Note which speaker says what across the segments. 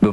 Speaker 1: The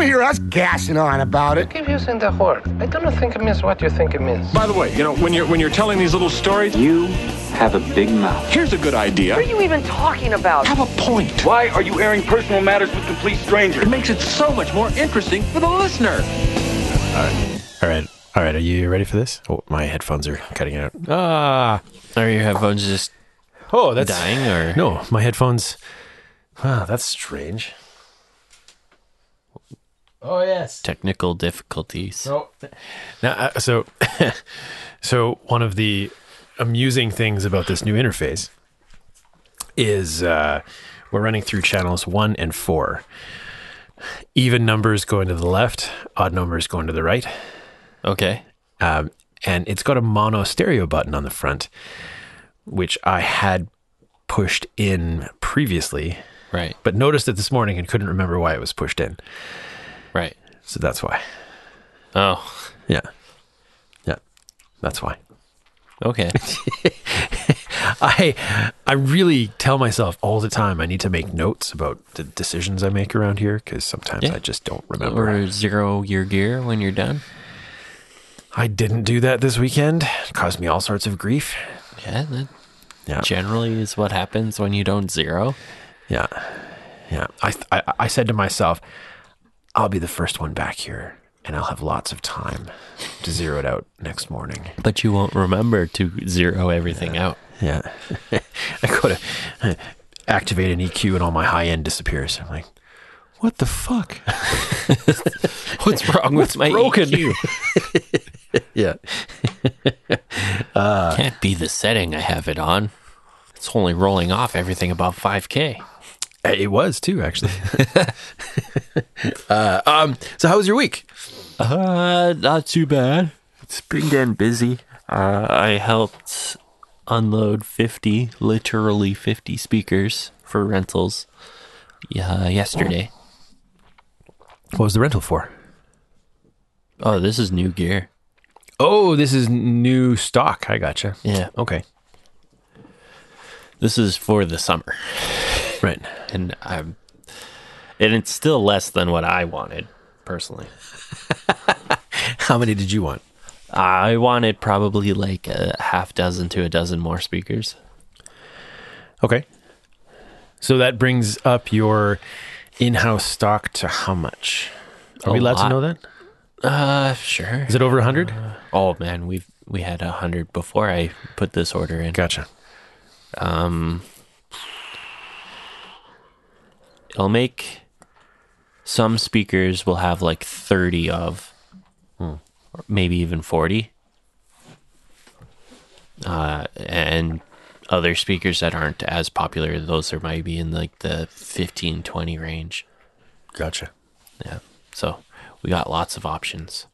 Speaker 2: hear us gassing on about it.
Speaker 3: keep using the word. I don't think it means what you think it means.
Speaker 4: By the way, you know, when you're when you're telling these little stories,
Speaker 5: You have a big mouth.
Speaker 4: here's a good idea.
Speaker 6: What are you even talking about?
Speaker 4: Have a point.
Speaker 3: Why are you airing personal matters with complete strangers?
Speaker 4: It makes it so much more interesting for the listener.
Speaker 7: All right. All right. Are you ready for this? Oh, my headphones are cutting out. Ah.
Speaker 5: Are your headphones just
Speaker 7: Oh, that's
Speaker 5: dying or?
Speaker 7: No, my headphones. Wow, that's strange. Oh yes.
Speaker 5: Technical difficulties.
Speaker 7: So, now, uh, so, so one of the amusing things about this new interface is uh, we're running through channels one and four. Even numbers going to the left, odd numbers going to the right,
Speaker 5: Okay.
Speaker 7: um, and it's got a mono stereo button on the front, which I had pushed in previously,
Speaker 5: Right.
Speaker 7: but noticed it this morning and couldn't remember why it was pushed in.
Speaker 5: Right.
Speaker 7: So that's why.
Speaker 5: Oh.
Speaker 7: Yeah, yeah, that's why.
Speaker 5: Okay.
Speaker 7: I I really tell myself all the time I need to make notes about the decisions I make around here because sometimes
Speaker 5: Yeah.
Speaker 7: I just don't remember.
Speaker 5: or zero your gear when you're done.
Speaker 7: I didn't do that this weekend. It caused me all sorts of grief.
Speaker 5: Yeah. That
Speaker 7: Yeah.
Speaker 5: generally is what happens when you don't zero.
Speaker 7: Yeah. Yeah. I, th- I I said to myself, I'll be the first one back here and I'll have lots of time to zero it out next morning.
Speaker 5: But you won't remember to zero everything out.
Speaker 7: Yeah. I go to activate an EQ and all my high end disappears. I'm like, what the fuck?
Speaker 5: What's wrong with my E
Speaker 7: broken?
Speaker 5: EQ?
Speaker 7: Yeah.
Speaker 5: Can't be the setting I have it on. It's only rolling off everything above 5K.
Speaker 7: Eh, It was too, actually. uh, um, so, how was your week?
Speaker 5: Uh, not too bad. It's been damn busy. Uh, I helped unload 50, literally 50 speakers for rentals yeah, yesterday.
Speaker 7: What was the rental for?
Speaker 5: Oh, this is new gear.
Speaker 7: Oh, this is new stock. I gotcha.
Speaker 5: Yeah. Oh,
Speaker 7: Okay.
Speaker 5: This is for the summer.
Speaker 7: Right.
Speaker 5: And I'm and it's still less than what I wanted personally.
Speaker 7: How many did you want?
Speaker 5: I wanted probably like a half dozen to a dozen more speakers.
Speaker 7: Okay. So that brings up your in-house stock to how much? Are we
Speaker 5: A
Speaker 7: allowed to
Speaker 5: lot.
Speaker 7: know that?
Speaker 5: Uh, sure.
Speaker 7: Is it over a hundred?
Speaker 5: Oh man, we've we had a hundred before I put this order in.
Speaker 7: Gotcha.
Speaker 5: It'll make some speakers will have like thirty of,
Speaker 7: Hmm.
Speaker 5: or maybe even forty, uh, and other speakers that aren't as popular. Those are might be in like the 15, 20 range.
Speaker 7: Gotcha.
Speaker 5: Yeah, so we got lots of options.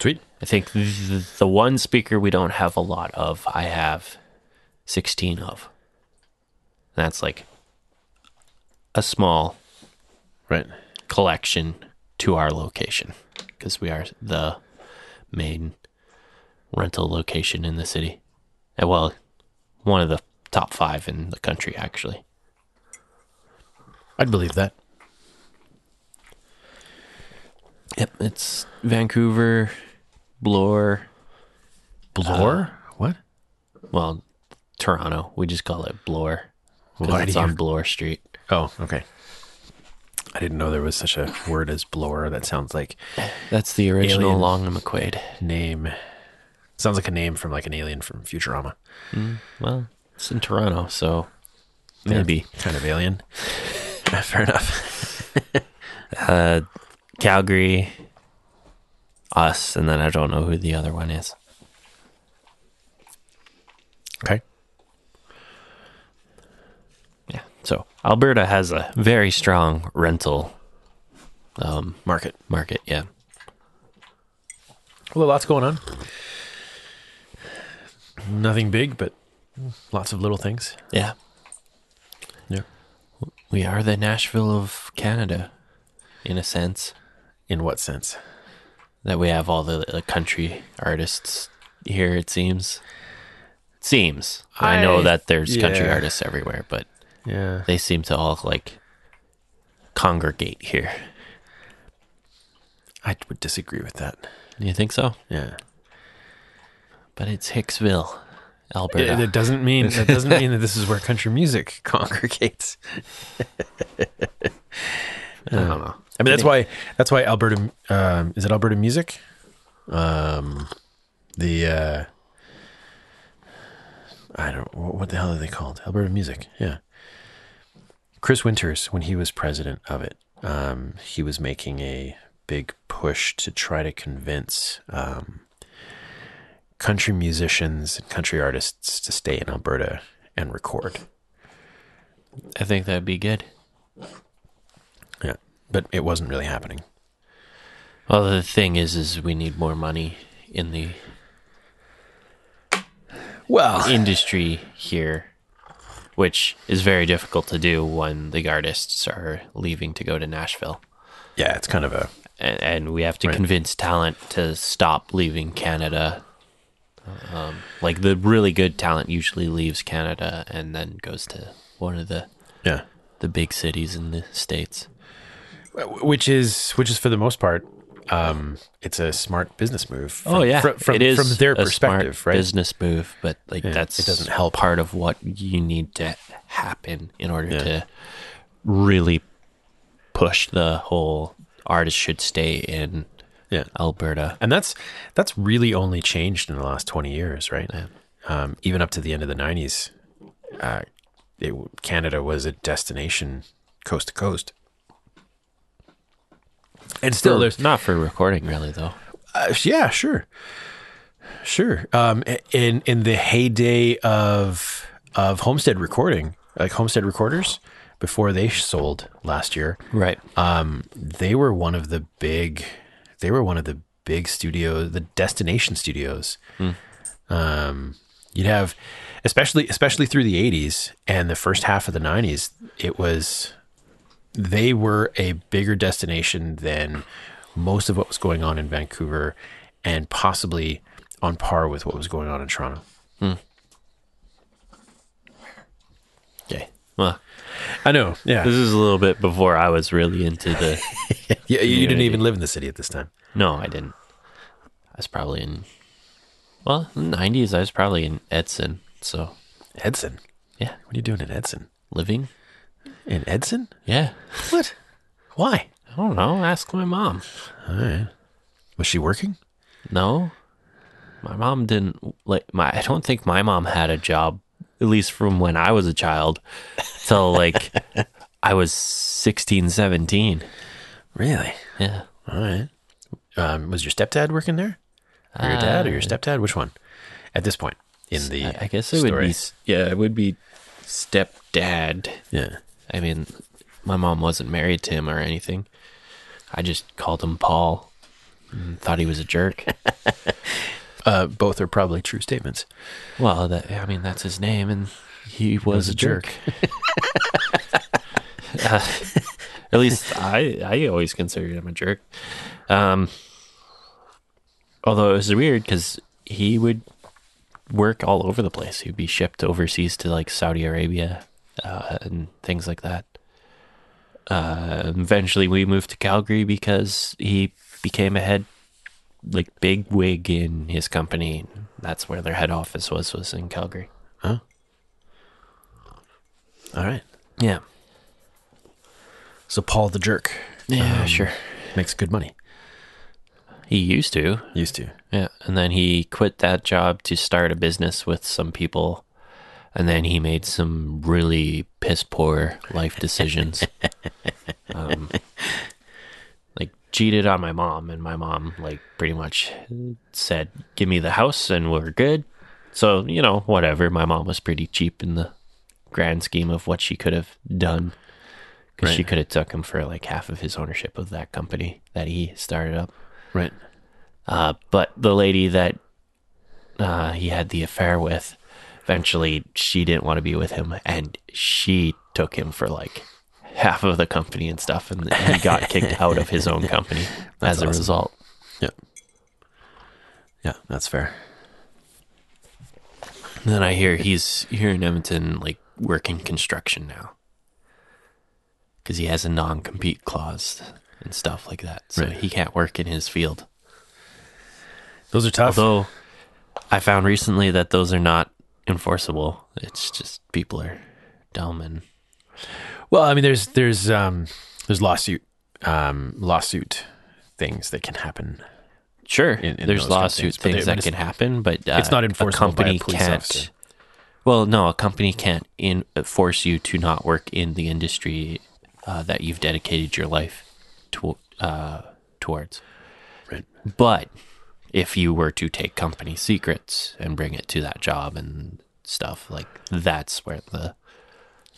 Speaker 7: Sweet.
Speaker 5: I think the, the one speaker we don't have a lot of, I have 16 of. That's like a small
Speaker 7: Right.
Speaker 5: collection to our location because we are the main rental location in the city. And well, one of the top five in the country, actually.
Speaker 7: I'd believe that.
Speaker 5: Yep, it's Vancouver, Bloor,
Speaker 7: Blore? Uh, what?
Speaker 5: well, Toronto. We just call it Bloor because
Speaker 7: Why
Speaker 5: it's
Speaker 7: do you-
Speaker 5: on Bloor Street.
Speaker 7: Oh, okay. I didn't know there was such a word as blower. That sounds like
Speaker 5: That's the original
Speaker 7: Alien.
Speaker 5: Long and McQuaid.
Speaker 7: name. Sounds like a name from like an alien from Futurama.
Speaker 5: Well, it's in Toronto, so maybe
Speaker 7: Kind of alien. Fair enough.
Speaker 5: Uh, Calgary, us, and then I don't know who the other one is.
Speaker 7: Okay.
Speaker 5: Yeah. So Alberta has a very strong rental um,
Speaker 7: Market.
Speaker 5: market. Yeah.
Speaker 7: Well, lots going on. Nothing big, but lots of little things.
Speaker 5: Yeah.
Speaker 7: Yeah.
Speaker 5: We are the Nashville of Canada, in a sense,
Speaker 7: In what sense?
Speaker 5: that we have all the, the country artists here, it seems. It seems. I, know
Speaker 7: I-
Speaker 5: that there's country
Speaker 7: yeah.
Speaker 5: artists everywhere, but
Speaker 7: Yeah.
Speaker 5: they seem to all like congregate here.
Speaker 7: I would disagree with that.
Speaker 5: You think so?
Speaker 7: Yeah.
Speaker 5: But it's Hicksville,
Speaker 7: It,
Speaker 5: Alberta.
Speaker 7: it doesn't mean that doesn't mean that this is where country music congregates. I don't know. I mean, that's why that's why Alberta um, is it Alberta music? Um, the uh, I don't what what the hell are they called? Alberta music, yeah. Chris Winters, when he was president of it, um, he was making a big push to try to convince um, country musicians and country artists to stay in Alberta and record.
Speaker 5: I think that'd be good.
Speaker 7: Yeah. But it wasn't really happening.
Speaker 5: Well, the thing is, is we need more money in the
Speaker 7: Well,
Speaker 5: industry here, which is very difficult to do when the artists are leaving to go to Nashville.
Speaker 7: yeah, it's kind of a
Speaker 5: And, and we have to convince talent to stop leaving Canada. Um, like the really good talent usually leaves Canada and then goes to one of the,
Speaker 7: yeah,
Speaker 5: the big cities in the States.
Speaker 7: which is which is for the most part um it's a smart business move. From,
Speaker 5: oh yeah,
Speaker 7: from from,
Speaker 5: it is
Speaker 7: from their
Speaker 5: a smart
Speaker 7: perspective, right?
Speaker 5: Business move, but like that's
Speaker 7: it doesn't help.
Speaker 5: part of what you need to happen in order
Speaker 7: Yeah.
Speaker 5: to really push the whole artist should stay in
Speaker 7: Yeah.
Speaker 5: Alberta.
Speaker 7: And that's that's really only changed in the last 20 years, right? Um, even up to the end of the 90s, uh, it, Canada was a destination coast to coast. And still, there's
Speaker 5: not for recording really though.
Speaker 7: Uh, yeah, sure, sure. Um, in in the heyday of of homestead recording, like homestead recorders, before they sold last year,
Speaker 5: Right.
Speaker 7: um, they were one of the big, they were one of the big studios, the destination studios. Um, you'd have, especially especially through the '80s and the first half of the '90s, it was they were a bigger destination than most of what was going on in Vancouver, and possibly on par with what was going on in Toronto.
Speaker 5: Okay. Well,
Speaker 7: I know. Yeah,
Speaker 5: this is a little bit before I was really into the.
Speaker 7: yeah. You didn't
Speaker 5: community.
Speaker 7: even live in the city at this time.
Speaker 5: no, I didn't. I was probably in. Well, in the 90s, I was probably in Edson. So,
Speaker 7: Edson,
Speaker 5: yeah,
Speaker 7: what are you doing in Edson?
Speaker 5: living.
Speaker 7: In Edson?
Speaker 5: Yeah.
Speaker 7: What? Why?
Speaker 5: I don't know. Ask my mom.
Speaker 7: Was she working?
Speaker 5: No. My mom didn't like my I don't think my mom had a job at least from when I was a child till like I was 16, 17.
Speaker 7: Really?
Speaker 5: Yeah.
Speaker 7: All right. Um, was your stepdad working there? Or your
Speaker 5: Uh,
Speaker 7: dad or your stepdad? Which one? At this point in the
Speaker 5: I, I guess it would
Speaker 7: story.
Speaker 5: be s- yeah, it would be stepdad.
Speaker 7: Yeah.
Speaker 5: I mean, my mom wasn't married to him or anything. I just called him Paul and thought he was a jerk.
Speaker 7: Uh, both are probably true statements.
Speaker 5: Well, that I mean that's his name, and he was, a jerk. Uh, at least I I always considered him a jerk. Um, although it was weird because he would work all over the place. He'd be shipped overseas to like Saudi Arabia uh, and things like that. Uh, eventually, we moved to Calgary because he became a head like big wig in his company. That's where their head office was was in Calgary.
Speaker 7: All right.
Speaker 5: Yeah.
Speaker 7: So Paul the jerk
Speaker 5: Yeah, sure.
Speaker 7: makes good money.
Speaker 5: He used to.
Speaker 7: Used to.
Speaker 5: Yeah. And then he quit that job to start a business with some people. And then he made some really piss poor life decisions. um, like cheated on my mom, and my mom like pretty much said, "Give me the house, and we're good." So you know, whatever. My mom was pretty cheap in the grand scheme of what she could have done because she
Speaker 7: Right.
Speaker 5: could have took him for like half of his ownership of that company that he started up.
Speaker 7: Right.
Speaker 5: Uh, but the lady that uh, he had the affair with, eventually she didn't want to be with him, and she took him for like half of the company and stuff, and he got kicked out of his own company as a
Speaker 7: awesome.
Speaker 5: result.
Speaker 7: Yeah, that's fair.
Speaker 5: And then I hear he's here in Edmonton, like working construction now, because he has a non-compete clause and stuff like that, so
Speaker 7: Right.
Speaker 5: he can't work in his field.
Speaker 7: Those are tough.
Speaker 5: Although I found recently that those are not enforceable. It's just people are dumb and
Speaker 7: well, I mean, there's there's um, there's lawsuit um, lawsuit things that can happen.
Speaker 5: sure.
Speaker 7: In- in
Speaker 5: there's
Speaker 7: those kind of
Speaker 5: lawsuit
Speaker 7: things,
Speaker 5: things,
Speaker 7: but they- but
Speaker 5: that
Speaker 7: it's-
Speaker 5: can happen, but uh,
Speaker 7: it's not enforceable by a police
Speaker 5: can't.
Speaker 7: officer.
Speaker 5: Well, no, a company can't in force you to not work in the industry uh, that you've dedicated your life to, uh, towards.
Speaker 7: Right.
Speaker 5: But if you were to take company secrets and bring it to that job and stuff like that's where the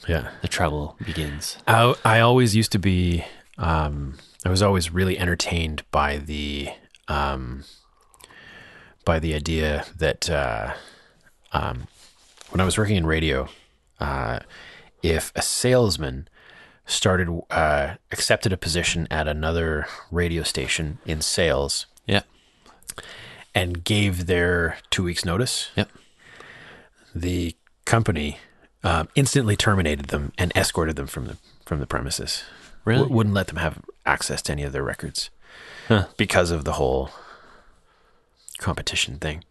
Speaker 7: Yeah.
Speaker 5: the trouble begins.
Speaker 7: I, I always used to be um, I was always really entertained by the um, by the idea that uh, um, when I was working in radio, uh, if a salesman started uh, accepted a position at another radio station in sales
Speaker 5: Yeah.
Speaker 7: and gave their two weeks notice,
Speaker 5: Yep.
Speaker 7: the company um, instantly terminated them and escorted them from the from the premises.
Speaker 5: Really?
Speaker 7: W- wouldn't let them have access to any of their records because of the whole competition thing.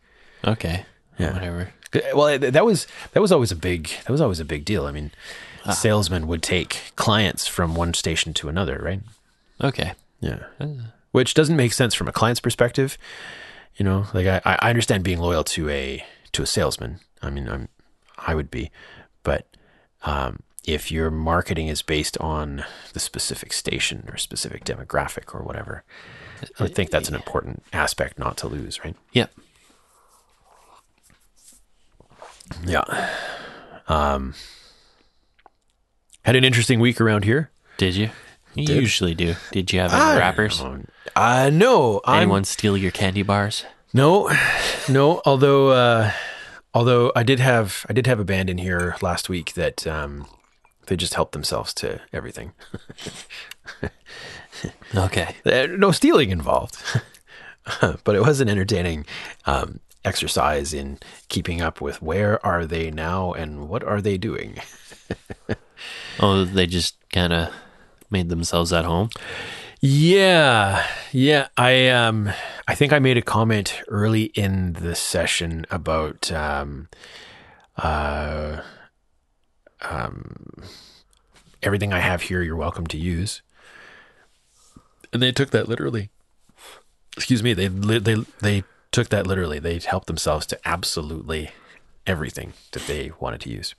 Speaker 5: Okay.
Speaker 7: Yeah.
Speaker 5: Whatever.
Speaker 7: Well, th- that was that was always a big that was always a big deal. I mean, salesmen would take clients from one station to another, right?
Speaker 5: Okay.
Speaker 7: Yeah. Which doesn't make sense from a client's perspective. You know, like I, I understand being loyal to a to a salesman. I mean, I'm I would be, but um, if your marketing is based on the specific station or specific demographic or whatever, I would think that's an important aspect not to lose, right?
Speaker 5: Yep.
Speaker 7: Yeah. Um, had an interesting week around here. Ah,
Speaker 5: Did you? You usually do. Did you have any rappers?
Speaker 7: Uh, no, I'm-
Speaker 5: Anyone steal your candy bars?
Speaker 7: No, no. Although, uh, although I did have I did have a band in here last week that um, they just helped themselves to everything.
Speaker 5: Okay.
Speaker 7: Uh, No stealing involved, but it was an entertaining um, exercise in keeping up with where are they now and what are they doing.
Speaker 5: Oh, they just kind of made themselves at home.
Speaker 7: Yeah, yeah. I um, I think I made a comment early in the session about um, uh, um, everything I have here. You're welcome to use. And they took that literally. Excuse me. They li- they they took that literally. They helped themselves to absolutely everything that they wanted to use,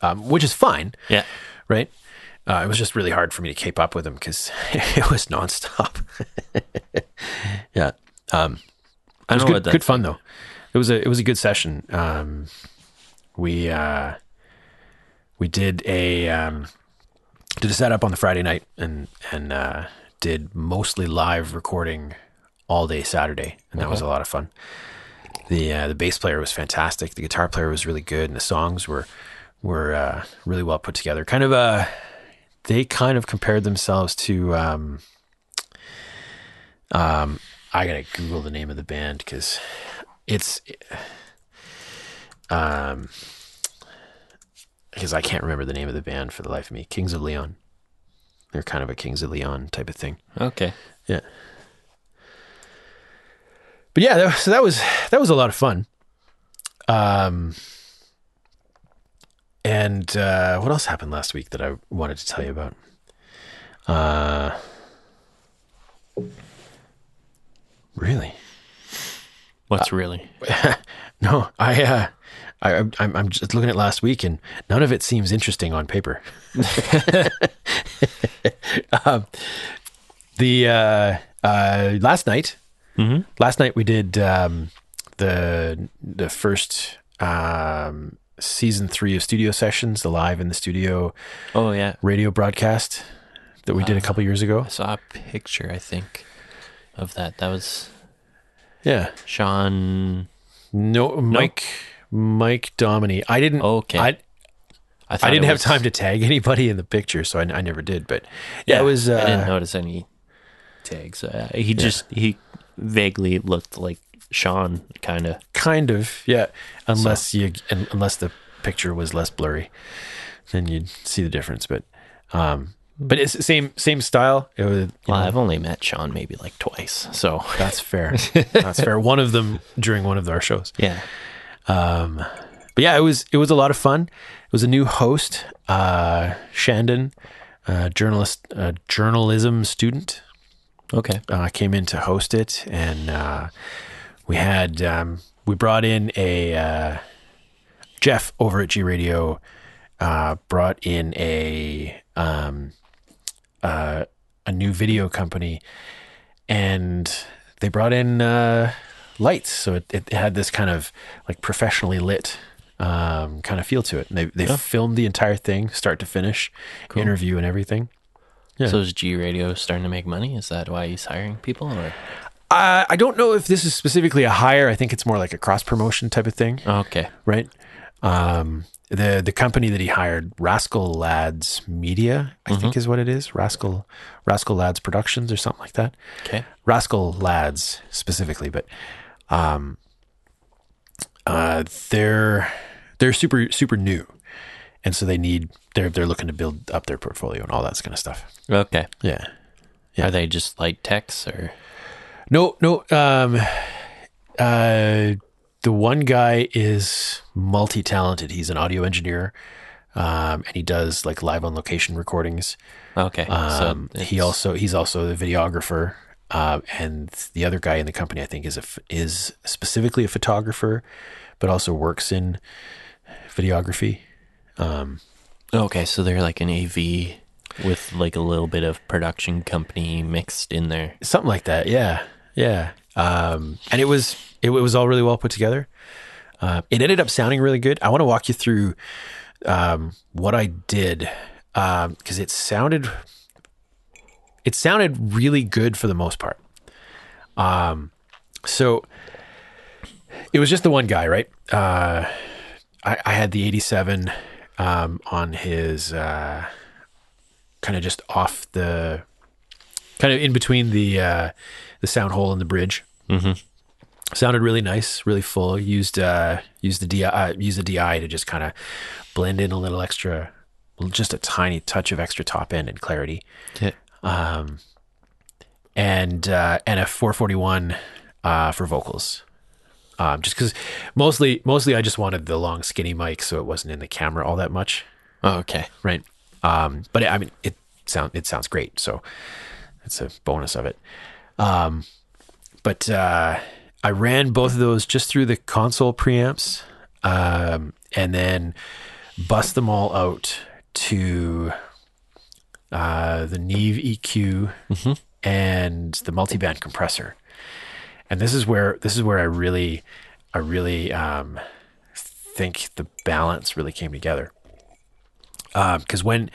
Speaker 7: um, which is fine
Speaker 5: Yeah.
Speaker 7: right? Uh, it was just really hard for me to keep up with him because it was nonstop. yeah, um,
Speaker 5: I
Speaker 7: it
Speaker 5: know
Speaker 7: was good,
Speaker 5: what that.
Speaker 7: good fun though. It was a it was a good session. Um, we uh, we did a um, did a setup on the Friday night and and uh, did mostly live recording all day Saturday, and that was a lot of fun. The uh, the bass player was fantastic. The guitar player was really good, and the songs were were uh, really well put together. Kind of uh, they kind of compared themselves to. Um, I gotta Google the name of the band because it's um because I can't remember the name of the band for the life of me. Kings of Leon. They're kind of a Kings of Leon type of thing.
Speaker 5: Okay.
Speaker 7: Yeah. But yeah, that, so that was that was a lot of fun. Um and uh what else happened last week that I wanted to tell you about? Uh Really? Uh,
Speaker 5: What's really?
Speaker 7: No, I, uh, I, I'm, I'm I'm just looking at last week, and none of it seems interesting on paper. um, the uh, uh, last night, last night we did um, the the first um, season three of Studio Sessions, the live in the studio
Speaker 5: Oh yeah.
Speaker 7: radio broadcast that we did a couple years ago.
Speaker 5: I saw a picture, I think, of that. That was
Speaker 7: Yeah.
Speaker 5: Sean.
Speaker 7: No, Mike, Mike Domini. I didn't.
Speaker 5: Okay.
Speaker 7: I,
Speaker 5: thought
Speaker 7: I
Speaker 5: it
Speaker 7: didn't have
Speaker 5: was-
Speaker 7: time to tag anybody in the picture, so I, I never did. But yeah, it was. Uh,
Speaker 5: I didn't notice any tags. Uh, he just he vaguely looked like Sean, kind of.
Speaker 7: kind of yeah unless you un- unless the picture was less blurry then you'd see the difference but um but it's the same same style it was you
Speaker 5: Well,
Speaker 7: know,
Speaker 5: I've only met Sean maybe like twice, so
Speaker 7: that's fair that's fair one of them during one of our shows
Speaker 5: yeah.
Speaker 7: but yeah it was it was a lot of fun it was a new host uh shandon uh journalist uh, journalism student
Speaker 5: Okay.
Speaker 7: uh, came in to host it, and uh, we had um, we brought in a uh, Jeff over at G Radio uh, brought in a um, uh, a new video company, and they brought in uh, lights, so it, it had this kind of like professionally lit. Um, kind of feel to it. And they they filmed the entire thing, start to finish, interview and everything.
Speaker 5: So is G Radio starting to make money? Is that why he's hiring people? Or
Speaker 7: Uh, I don't know if this is specifically a hire. I think it's more like a cross promotion type of thing,
Speaker 5: okay,
Speaker 7: right? Um, the the company that he hired, Rascal Lads Media, I think is what it is. Rascal Rascal Lads Productions or something like that.
Speaker 5: okay,
Speaker 7: Rascal Lads specifically, but um, uh, they're they're super super new, and so they need they're they're looking to build up their portfolio and all that kind of stuff.
Speaker 5: okay.
Speaker 7: Yeah.
Speaker 5: Are they just like techs or
Speaker 7: No, no. Um, uh, the one guy is multi talented. He's an audio engineer, um, and he does like live on location recordings.
Speaker 5: okay?
Speaker 7: Um,
Speaker 5: so
Speaker 7: he
Speaker 5: it's-
Speaker 7: also he's also the videographer, uh, and the other guy in the company I think is a ph- is specifically a photographer, but also works in videography.
Speaker 5: okay. So they're like an AV with like a little bit of production company mixed in there.
Speaker 7: something like that. Yeah, yeah. Um, and it was it, was all really well put together. Uh, it ended up sounding really good. I want to walk you through um, what I did because it sounded it sounded really good for the most part. Um, so it was just the one guy, right? Uh, I, I had the eighty-seven um, on his uh, kind of just off the kind of in between the uh, the sound hole and the bridge. Mm-hmm. Sounded really nice, really full. Used uh, used the di uh, used the di to just kind of blend in a little extra, just a tiny touch of extra top end and clarity,
Speaker 5: Yeah.
Speaker 7: and uh, and a 441 uh, for vocals. Um, just because mostly mostly I just wanted the long skinny mic, so it wasn't in the camera all that much
Speaker 5: Oh, okay.
Speaker 7: right? Um, but I mean, it sound it sounds great, so that's a bonus of it. Um, but uh, I ran both of those just through the console preamps, um, and then bust them all out to uh, the Neve EQ and the multiband compressor. And this is where this is where I really, I really um, think the balance really came together because um, when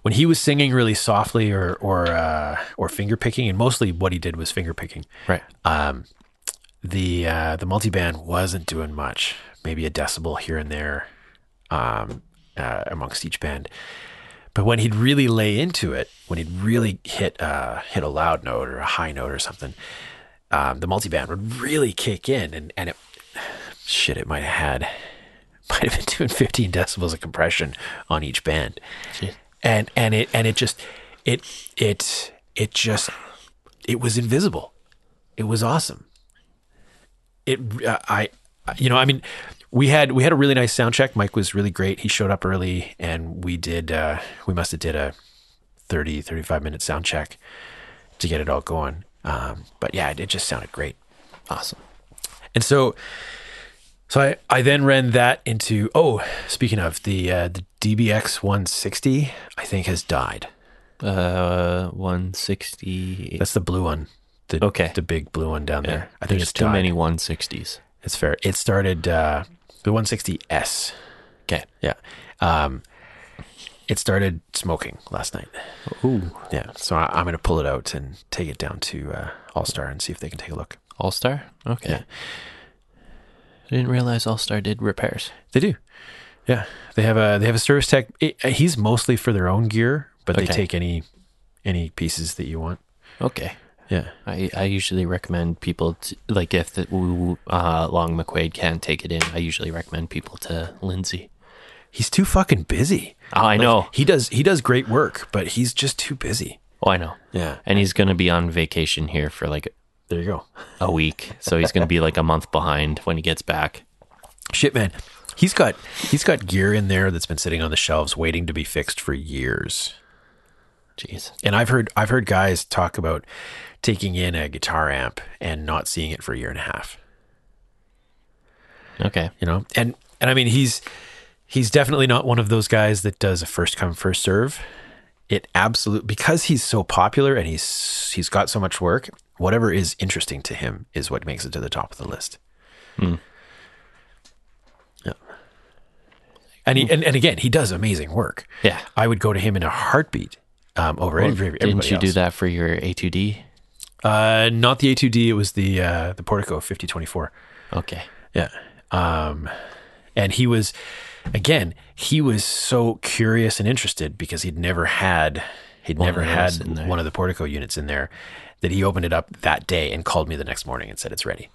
Speaker 7: when he was singing really softly or or uh, or finger picking, and mostly what he did was finger picking,
Speaker 5: Right.
Speaker 7: the uh, the multiband wasn't doing much, maybe a decibel here and there um, uh, amongst each band. But when he'd really lay into it, when he'd really hit uh, hit a loud note or a high note or something, um, the multiband would really kick in, and and it shit, it might have had might have been doing 15 decibels of compression on each band, and and it and it just it it it just it was invisible. It was awesome it uh, I you know I mean we had we had a really nice sound check. Mike was really great. He showed up early and we did uh, we must have did a 30 35 minute sound check to get it all going. Um, but yeah, it, it just sounded great.
Speaker 5: Awesome.
Speaker 7: And so so I, I then ran that into oh speaking of the uh, the DBX 160 I think has died.
Speaker 5: Uh, one sixty.
Speaker 7: That's the blue one. The,
Speaker 5: Okay.
Speaker 7: The big blue one down there. I think
Speaker 5: There's
Speaker 7: it's
Speaker 5: too
Speaker 7: died.
Speaker 5: many one sixties.
Speaker 7: It's fair. It started uh, the 160S.
Speaker 5: Okay.
Speaker 7: Yeah. Um, It started smoking last night.
Speaker 5: Ooh.
Speaker 7: Yeah, so I, I'm going to pull it out and take it down to uh, All Star and see if they can take a look.
Speaker 5: All Star? Okay.
Speaker 7: Yeah.
Speaker 5: I didn't realize All Star did repairs.
Speaker 7: They do. Yeah, they have a they have a service tech. It, he's mostly for their own gear, but they
Speaker 5: Okay.
Speaker 7: take any any pieces that you want.
Speaker 5: Okay.
Speaker 7: Yeah.
Speaker 5: I, I usually recommend people to, like if the, uh, Long McQuaid can't take it in, I usually recommend people to Lindsay.
Speaker 7: He's too fucking busy.
Speaker 5: Oh, I know.
Speaker 7: He does he does great work, but he's just too busy.
Speaker 5: Oh, I know.
Speaker 7: Yeah.
Speaker 5: And he's going to be on vacation here for like
Speaker 7: There you go.
Speaker 5: a week. So he's going to be like a month behind when he gets back.
Speaker 7: Shit, man. He's got he's got gear in there that's been sitting on the shelves waiting to be fixed for years.
Speaker 5: Jeez.
Speaker 7: And I've heard I've heard guys talk about taking in a guitar amp and not seeing it for a year and a half.
Speaker 5: Okay.
Speaker 7: you know and and i mean he's he's definitely not one of those guys that does a first come first serve it absolute because he's so popular and he's he's got so much work whatever is interesting to him is what makes it to the top of the list
Speaker 5: Hmm.
Speaker 7: yeah and he and, and again he does amazing work
Speaker 5: Yeah.
Speaker 7: i would go to him in a heartbeat um, over every everybody
Speaker 5: Didn't you do
Speaker 7: else.
Speaker 5: that for your A2D?
Speaker 7: Uh, not the A2D. It was the uh, the Portico 5024.
Speaker 5: Okay.
Speaker 7: Yeah. Um, and he was, again, he was so curious and interested because he'd never had, he'd
Speaker 5: One of
Speaker 7: never
Speaker 5: those
Speaker 7: had
Speaker 5: in there.
Speaker 7: one of the Portico units in there that he opened it up that day and called me the next morning and said, it's ready.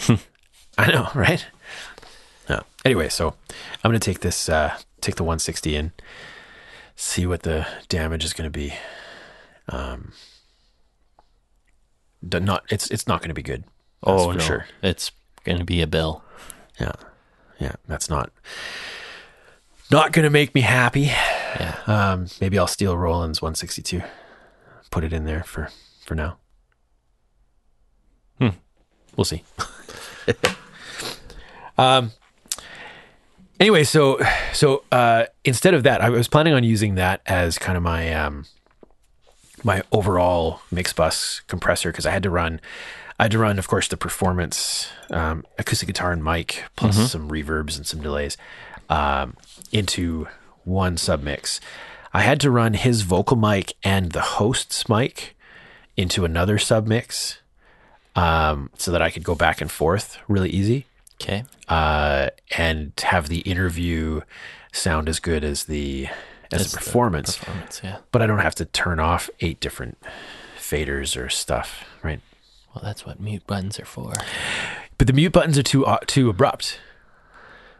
Speaker 5: Hmm.
Speaker 7: I know, right? No. Anyway, so I'm going to take this, uh, take the 160 and see what the damage is going to be. Um, d- not, it's, it's not going to be good. That's for Oh, sure.
Speaker 5: It's going to be a bill.
Speaker 7: Yeah. Yeah. That's not not gonna make me happy. Um, maybe I'll steal Roland's one sixty two. Put it in there for for now. Hmm. We'll see. um anyway, so so uh instead of that, I was planning on using that as kind of my um my overall mix bus compressor because I had to run, I had to run, of course, the performance um, acoustic guitar and mic plus some reverbs and some delays um, into one sub mix. I had to run his vocal mic and the host's mic into another sub mix um, so that I could go back and forth really easy
Speaker 5: Okay.
Speaker 7: uh, and have the interview sound as good as the as the performance
Speaker 5: Performance, yeah.
Speaker 7: but I don't have to turn off eight different faders or stuff, right?
Speaker 5: Well, that's what mute buttons are for.
Speaker 7: But the mute buttons are too uh, too abrupt,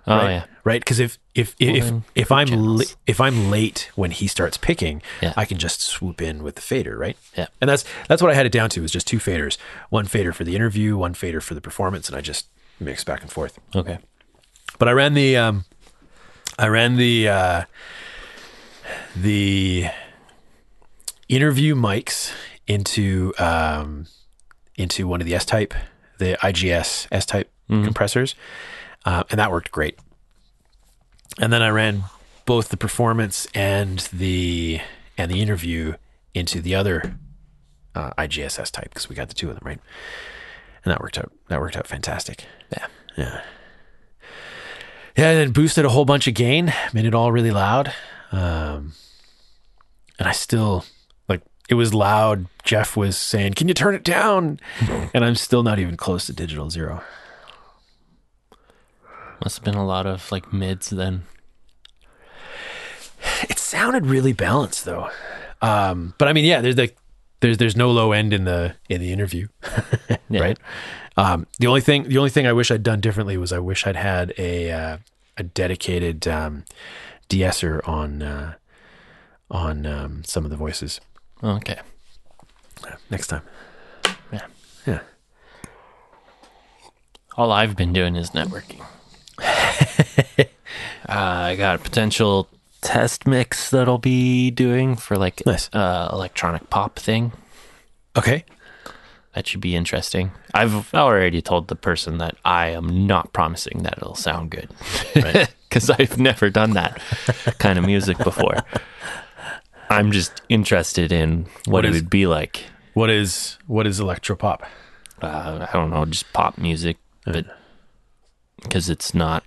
Speaker 5: Oh,
Speaker 7: right?
Speaker 5: yeah.
Speaker 7: right. Because if if if
Speaker 5: then
Speaker 7: if,
Speaker 5: group
Speaker 7: I'm
Speaker 5: channels.
Speaker 7: li- if I'm late when he starts picking,
Speaker 5: Yeah.
Speaker 7: I can just swoop in with the fader, right?
Speaker 5: Yeah.
Speaker 7: and that's that's what I had it down to is just two faders, one fader for the interview, one fader for the performance, and I just mix back and forth.
Speaker 5: Okay.
Speaker 7: But I ran the um, I ran the uh, the interview mics into um, into one of the S type, the IGS S type compressors, uh, and that worked great. And then I ran both the performance and the and the interview into the other uh, IGS S type because we got the two of them right, and that worked out. That worked out fantastic.
Speaker 5: Yeah.
Speaker 7: Yeah. Yeah, and then boosted a whole bunch of gain, made it all really loud. Um, and I still like it was loud. Jeff was saying, "Can you turn it down?" and I'm still not even close to digital zero.
Speaker 5: Must have been a lot of like mids then.
Speaker 7: It sounded really balanced though. Um, but I mean, yeah, there's like there's there's no low end in the in the interview,
Speaker 5: Yeah.
Speaker 7: right? Um, the only thing the only thing I wish I'd done differently was I wish I'd had a uh, a dedicated um, de-esser on uh, on um, some of the voices.
Speaker 5: Okay.
Speaker 7: next time.
Speaker 5: Yeah.
Speaker 7: Yeah.
Speaker 5: All I've been doing is networking. uh, I got a potential test mix that I'll be doing for like
Speaker 7: Nice.
Speaker 5: uh, electronic pop thing.
Speaker 7: Okay.
Speaker 5: That should be interesting. I've already told the person that I am not promising that it'll sound good because I've never done that kind of music before. I'm just interested in what,
Speaker 7: What
Speaker 5: it
Speaker 7: is-
Speaker 5: would be like.
Speaker 7: What is what is electropop?
Speaker 5: Uh, I don't know, just pop music, but because it's not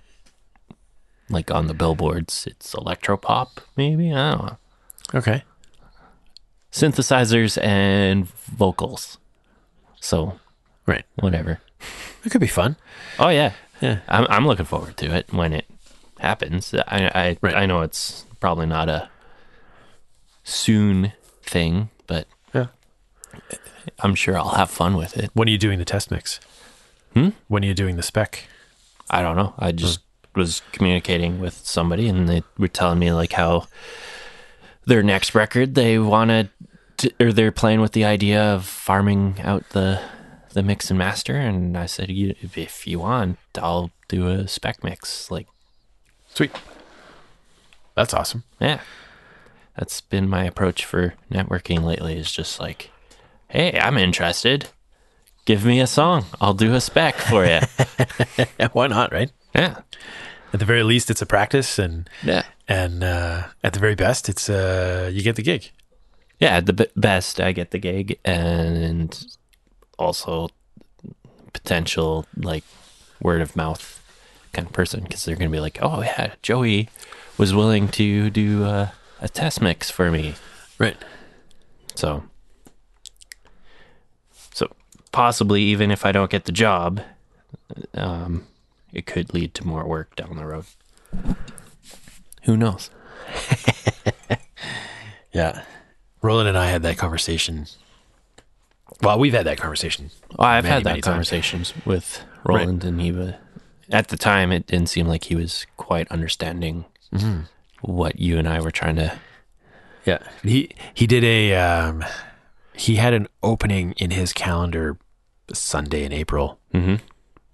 Speaker 5: Like on the billboards, it's electropop, maybe? I don't know.
Speaker 7: Okay.
Speaker 5: Synthesizers and vocals. So,
Speaker 7: Right.
Speaker 5: whatever.
Speaker 7: It could be fun.
Speaker 5: Oh, yeah.
Speaker 7: Yeah.
Speaker 5: I'm, I'm looking forward to it when it happens. I, I,
Speaker 7: Right.
Speaker 5: I know it's probably not a soon thing, but
Speaker 7: Yeah.
Speaker 5: I'm sure I'll have fun with it.
Speaker 7: When are you doing the test mix?
Speaker 5: Hmm?
Speaker 7: When are you doing the spec?
Speaker 5: I don't know. I just was communicating with somebody, and they were telling me like how their next record they wanted, to, or they're playing with the idea of farming out the the mix and master. And I said, "You- if you want, I'll do a spec mix. Like,
Speaker 7: Sweet. That's awesome.
Speaker 5: yeah, that's been my approach for networking lately. Is just like, hey, I'm interested. Give me a song. I'll do a spec for you.
Speaker 7: Yeah, why not, right?
Speaker 5: yeah,
Speaker 7: At the very least, it's a practice, and
Speaker 5: yeah.
Speaker 7: and uh, at the very best, it's uh, you get the gig.
Speaker 5: yeah at the b- best i get the gig and also potential like word of mouth kind of person because they're gonna be like oh yeah joey was willing to do uh, a test mix for me
Speaker 7: Right.
Speaker 5: so so possibly even if i don't get the job um, it could lead to more work down the road who knows
Speaker 7: Yeah. Roland and I had that conversation. Well, we've had that conversation.
Speaker 5: Well, I've
Speaker 7: many,
Speaker 5: had
Speaker 7: many
Speaker 5: that
Speaker 7: times.
Speaker 5: conversations with Roland, and he was at the time it didn't seem like he was quite understanding what you and I were trying to.
Speaker 7: Mm-hmm. Yeah. He he did a um, he had an opening in his calendar Sunday in April. Mm-hmm.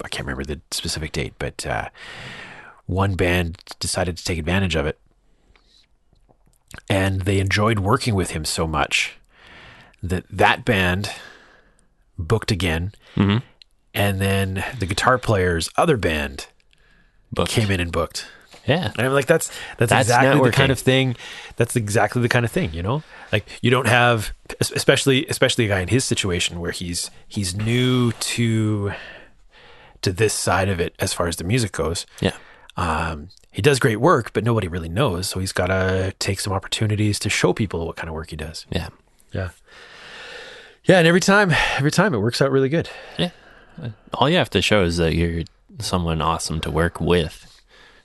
Speaker 7: I can't remember the specific date, but uh, one band decided to take advantage of it, and they enjoyed working with him so much that that band booked again, and then the guitar player's other band
Speaker 5: Booked.
Speaker 7: came in and booked.
Speaker 5: Yeah,
Speaker 7: And I'm like, that's that's,
Speaker 5: That's
Speaker 7: exactly the kind
Speaker 5: networking.
Speaker 7: of thing. That's exactly the kind of thing, you know. Like you don't have, es- especially especially a guy in his situation where he's he's new to to this side of it as far as the music goes.
Speaker 5: yeah,
Speaker 7: Um, he does great work, but nobody really knows, so he's got to take some opportunities to show people what kind of work he does.
Speaker 5: yeah,
Speaker 7: Yeah, yeah. And every time, every time it works out really good.
Speaker 5: yeah. All you have to show is that you're someone awesome to work with.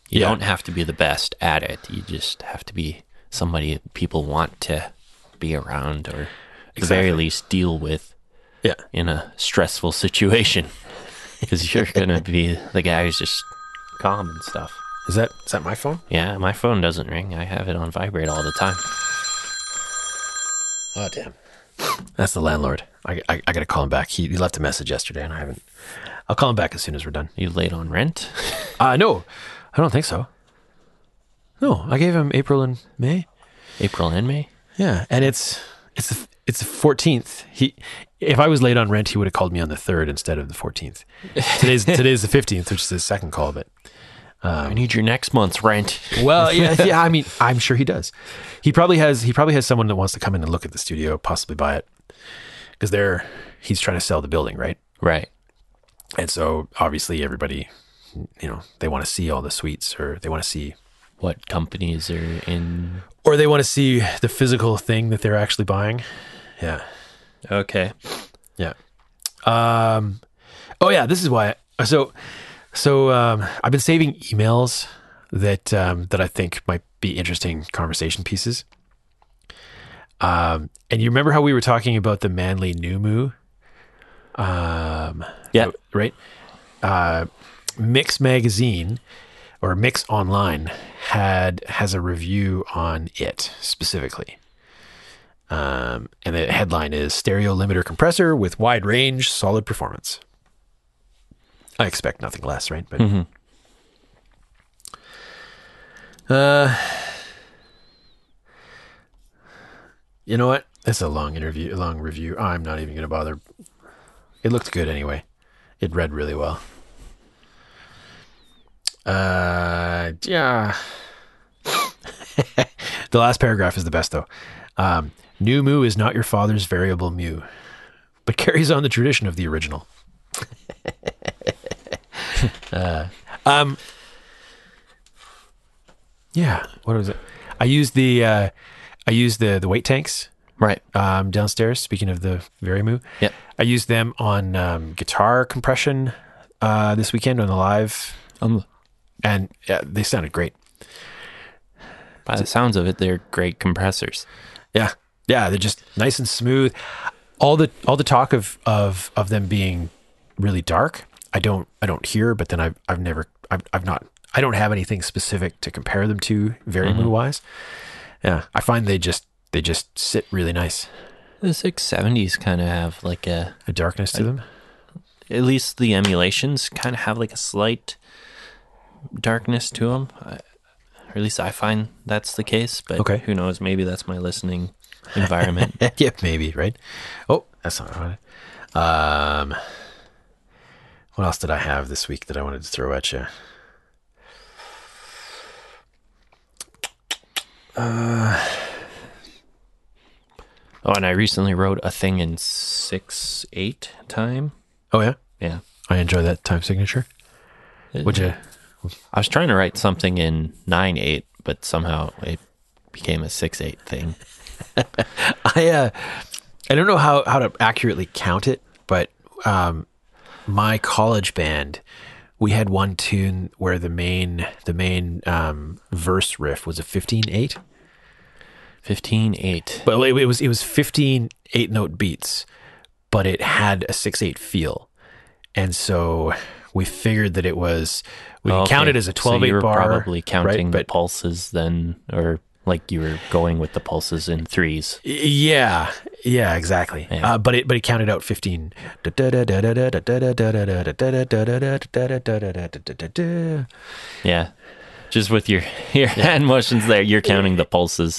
Speaker 5: You
Speaker 7: Yeah.
Speaker 5: don't have to be the best at it. You just have to be somebody people want to be around, or at the very
Speaker 7: Exactly.
Speaker 5: least, deal with.
Speaker 7: Yeah,
Speaker 5: in a stressful situation because you're gonna be the guy who's just calm and stuff.
Speaker 7: is that is that my phone?
Speaker 5: Yeah, my phone doesn't ring. I have it on vibrate all the time.
Speaker 7: Oh damn. That's the landlord. I, I, I gotta call him back. He, he left a message yesterday, and I haven't. I'll call him back as soon as we're done.
Speaker 5: You late on rent?
Speaker 7: Uh no, I don't think so. No, I gave him April and May.
Speaker 5: April and May?
Speaker 7: Yeah, and it's it's the, it's the fourteenth. He, if I was late on rent, he would have called me on the third instead of the fourteenth. Today's today's the fifteenth, which is his second call. But
Speaker 5: I
Speaker 7: Um,
Speaker 5: need your next month's rent.
Speaker 7: well, yeah, yeah. I mean, I'm sure he does. He probably has he probably has someone that wants to come in and look at the studio, possibly buy it, because they're he's trying to sell the building, right?
Speaker 5: Right.
Speaker 7: And so obviously everybody, you know, they want to see all the suites or they want to see
Speaker 5: What companies are in?
Speaker 7: or they want to see the physical thing that they're actually buying. Yeah.
Speaker 5: Okay.
Speaker 7: Yeah. Um oh yeah, this is why so so um I've been saving emails that um that I think might be interesting conversation pieces. Um and you remember how we were talking about the manly Numu,
Speaker 5: Yeah.
Speaker 7: right? Uh Mix magazine or Mix Online had has a review on it specifically. Um, and the headline is Stereo Limiter Compressor with Wide Range, Solid Performance. I expect nothing less, right? But uh, you know what? It's a long interview, a long review. I'm not even going to bother. It looked good anyway. It read really well. Uh, yeah. the last paragraph is the best though. Um, new mu is not your father's variable mu, but carries on the tradition of the original. uh, um, Yeah. What was it? I used the uh, I used the the weight tanks
Speaker 5: Right.
Speaker 7: um, downstairs. Speaking of the Verimu,
Speaker 5: Yep.
Speaker 7: I used them on um, guitar compression uh, this weekend on the live,
Speaker 5: Um,
Speaker 7: and uh, they sounded great.
Speaker 5: by the sounds of it, they're great compressors.
Speaker 7: Yeah, yeah, they're just nice and smooth. All the all the talk of of of them being really dark, I don't I don't hear. But then I've I've never I've, I've not I don't have anything specific to compare them to very mood wise. Yeah, I find they just they just sit really nice.
Speaker 5: The 670s kind of have like a,
Speaker 7: A darkness to them.
Speaker 5: at least the emulations kind of have like a slight darkness to them. I, or at least I find that's the case. But
Speaker 7: Okay.
Speaker 5: who knows? Maybe that's my listening environment.
Speaker 7: yeah, maybe right. Oh, that's not right. Um, what else did I have this week that I wanted to throw at you?
Speaker 5: oh, and I recently wrote a thing in 6 8 time.
Speaker 7: Oh yeah,
Speaker 5: Yeah.
Speaker 7: I enjoy that time signature. Would you?
Speaker 5: I was trying to write something in 9 8, but somehow it became a 6 8 thing.
Speaker 7: I uh, I don't know how how to accurately count it, but um, my college band we had one tune where the main the main um, verse riff was a 15-8
Speaker 5: 15 8.
Speaker 7: but it, it was it was 15 eight note beats but it had a 6-8 feel and so we figured that it was we counted
Speaker 5: Oh, okay.
Speaker 7: count it as a
Speaker 5: So
Speaker 7: 12
Speaker 5: you
Speaker 7: 8
Speaker 5: were
Speaker 7: bar
Speaker 5: probably counting
Speaker 7: right?
Speaker 5: the
Speaker 7: but
Speaker 5: pulses then, or like you were going with the pulses in threes.
Speaker 7: Yeah, yeah, exactly.
Speaker 5: Yeah.
Speaker 7: Uh, but it but it counted out fifteen. Yeah,
Speaker 5: Yeah. Just with your, your hand motions there, you're counting the pulses.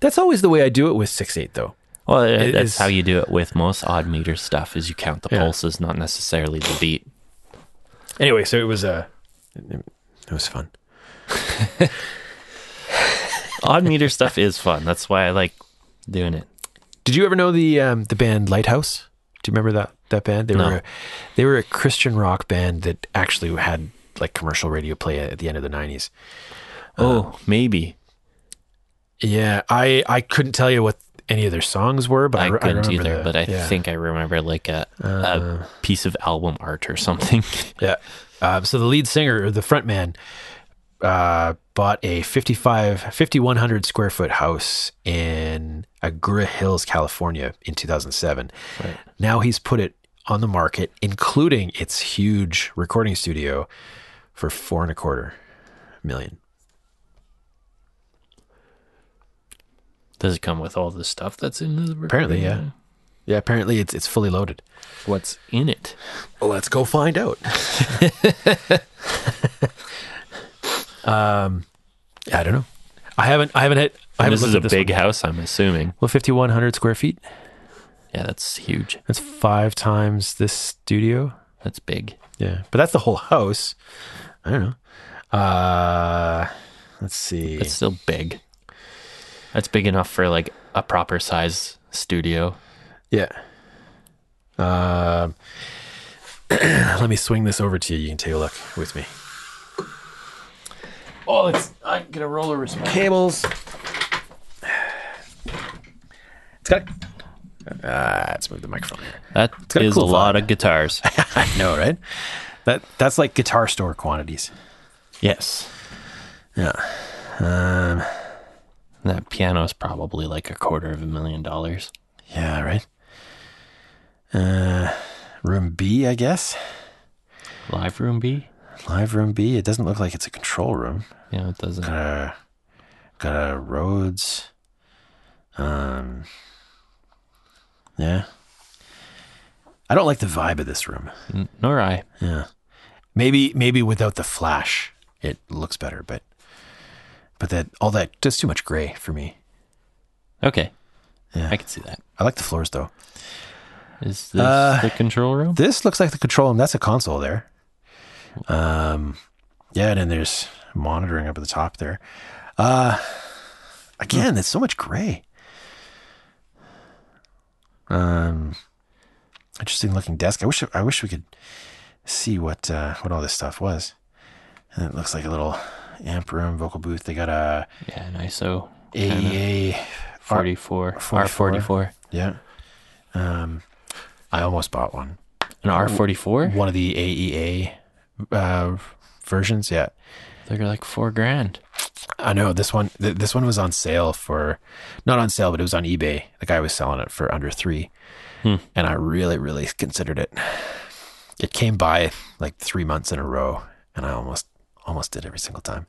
Speaker 7: that's always the way I do it with six eight though.
Speaker 5: Well, uh,
Speaker 7: It
Speaker 5: that's
Speaker 7: is-
Speaker 5: how you do it with most odd meter stuff is you count the
Speaker 7: Yeah.
Speaker 5: pulses, not necessarily the beat.
Speaker 7: Anyway, so it was uh, it was fun.
Speaker 5: Odd meter stuff is fun. That's why I like doing it.
Speaker 7: Did you ever know the um, the band Lighthouse? Do you remember that that band? They
Speaker 5: No.
Speaker 7: were a, they were a Christian rock band that actually had like commercial radio play at the end of the nineties. Uh,
Speaker 5: Oh, maybe.
Speaker 7: Yeah, I I couldn't tell you what any of their songs were, but I,
Speaker 5: I
Speaker 7: re- I
Speaker 5: couldn't
Speaker 7: remember
Speaker 5: either,
Speaker 7: the-
Speaker 5: but I
Speaker 7: yeah. Uh.
Speaker 5: think I remember like a, a piece of album art or something.
Speaker 7: Yeah. Uh, so the lead singer, or the front man, uh, bought a 55, 5,100 square foot house in Agra Hills, California in 2007. Now he's put it on the market, including its huge recording studio, for four and a quarter million.
Speaker 5: Does it come with all the stuff that's in the
Speaker 7: Apparently, yeah. Yeah, apparently it's it's fully loaded.
Speaker 5: What's in it?
Speaker 7: Let's go find out. um, Um, I don't know. I haven't. I haven't had. I haven't
Speaker 5: this is
Speaker 7: looked
Speaker 5: a
Speaker 7: at
Speaker 5: big
Speaker 7: one.
Speaker 5: house, I'm assuming.
Speaker 7: Well, 5,100 square feet.
Speaker 5: Yeah, that's huge.
Speaker 7: That's five times this studio.
Speaker 5: That's big.
Speaker 7: Yeah. But that's the whole house. I don't know. Uh, let's see.
Speaker 5: That's still big. That's big enough for like a proper size studio.
Speaker 7: yeah. Um, let me swing this over to you. You can take a look with me.
Speaker 5: Oh, it's I'm gonna roll a response.
Speaker 7: Cables. It's got. Uh, let's move the microphone here.
Speaker 5: That
Speaker 7: got a
Speaker 5: is
Speaker 7: cool
Speaker 5: a lot of guitars.
Speaker 7: I know, right? That that's like guitar store quantities.
Speaker 5: yes.
Speaker 7: Yeah. Um,
Speaker 5: That piano is probably like a quarter of a million dollars.
Speaker 7: Yeah, right. Uh, room B, I guess.
Speaker 5: Live room B?
Speaker 7: Live room B. It doesn't look like it's a control room.
Speaker 5: Yeah, it doesn't.
Speaker 7: Uh, got a Rhodes. Um, yeah. I don't like the vibe of this room.
Speaker 5: Nor I.
Speaker 7: Yeah. Maybe maybe without the flash, it looks better. But but that all that just too much gray for me.
Speaker 5: Okay.
Speaker 7: Yeah.
Speaker 5: I can see that.
Speaker 7: I like the floors though.
Speaker 5: Is this
Speaker 7: Uh,
Speaker 5: the control room?
Speaker 7: This looks like the control room. That's a console there. Um, yeah, and then there's monitoring up at the top there. Uh, again, it's so much gray. Um, interesting looking desk. I wish I wish we could see what uh, what all this stuff was. And it looks like a little amp room, vocal booth. They got a
Speaker 5: Yeah, an ISO
Speaker 7: AEA R-
Speaker 5: 44,
Speaker 7: R44.
Speaker 5: R44,
Speaker 7: Yeah. Um, I almost bought one.
Speaker 5: an R44.
Speaker 7: One of the AEA uh, versions. Yeah.
Speaker 5: They're like four grand.
Speaker 7: I know this one. Th- this one was on sale for, not on sale, but it was on eBay. The guy was selling it for under three, and I really, really considered it. It came by like three months in a row, and I almost, almost did every single time.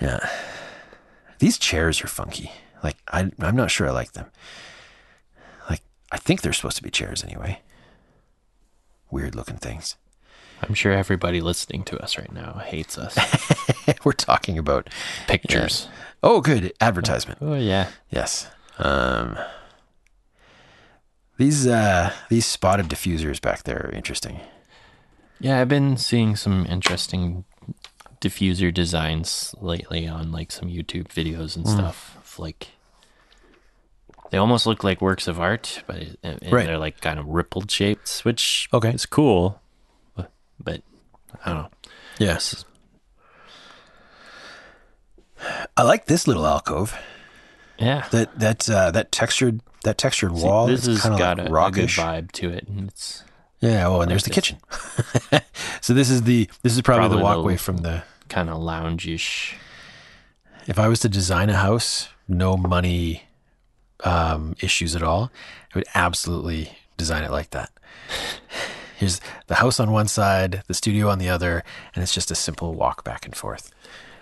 Speaker 7: Yeah, these chairs are funky. Like I, I'm not sure I like them. Like I think they're supposed to be chairs anyway. Weird looking things.
Speaker 5: I'm sure everybody listening to us right now hates us.
Speaker 7: We're talking about.
Speaker 5: Pictures.
Speaker 7: Oh, good advertisement.
Speaker 5: Oh yeah.
Speaker 7: Yes. Um, these uh, these spotted diffusers back there are interesting.
Speaker 5: Yeah, I've been seeing some interesting diffuser designs lately on like some YouTube videos and stuff. Of, like they almost look like works of art, but it, and
Speaker 7: Right.
Speaker 5: they're like kind of rippled shapes, which
Speaker 7: Okay.
Speaker 5: is cool. But, but I don't know.
Speaker 7: Yes. I like this little alcove.
Speaker 5: Yeah.
Speaker 7: That that uh, that textured that textured
Speaker 5: See,
Speaker 7: wall.
Speaker 5: this
Speaker 7: is
Speaker 5: has
Speaker 7: kind of like
Speaker 5: got a, a good
Speaker 7: rockish.
Speaker 5: vibe to it. And it's
Speaker 7: yeah. Oh, and there's the
Speaker 5: this.
Speaker 7: kitchen. so this is the this is probably, the
Speaker 5: Probably the-
Speaker 7: walkway from the.
Speaker 5: kind of loungish.
Speaker 7: If I was to design a house, no money um, issues at all, I would absolutely design it like that. Here's the house on one side, the studio on the other, and it's just a simple walk back and forth.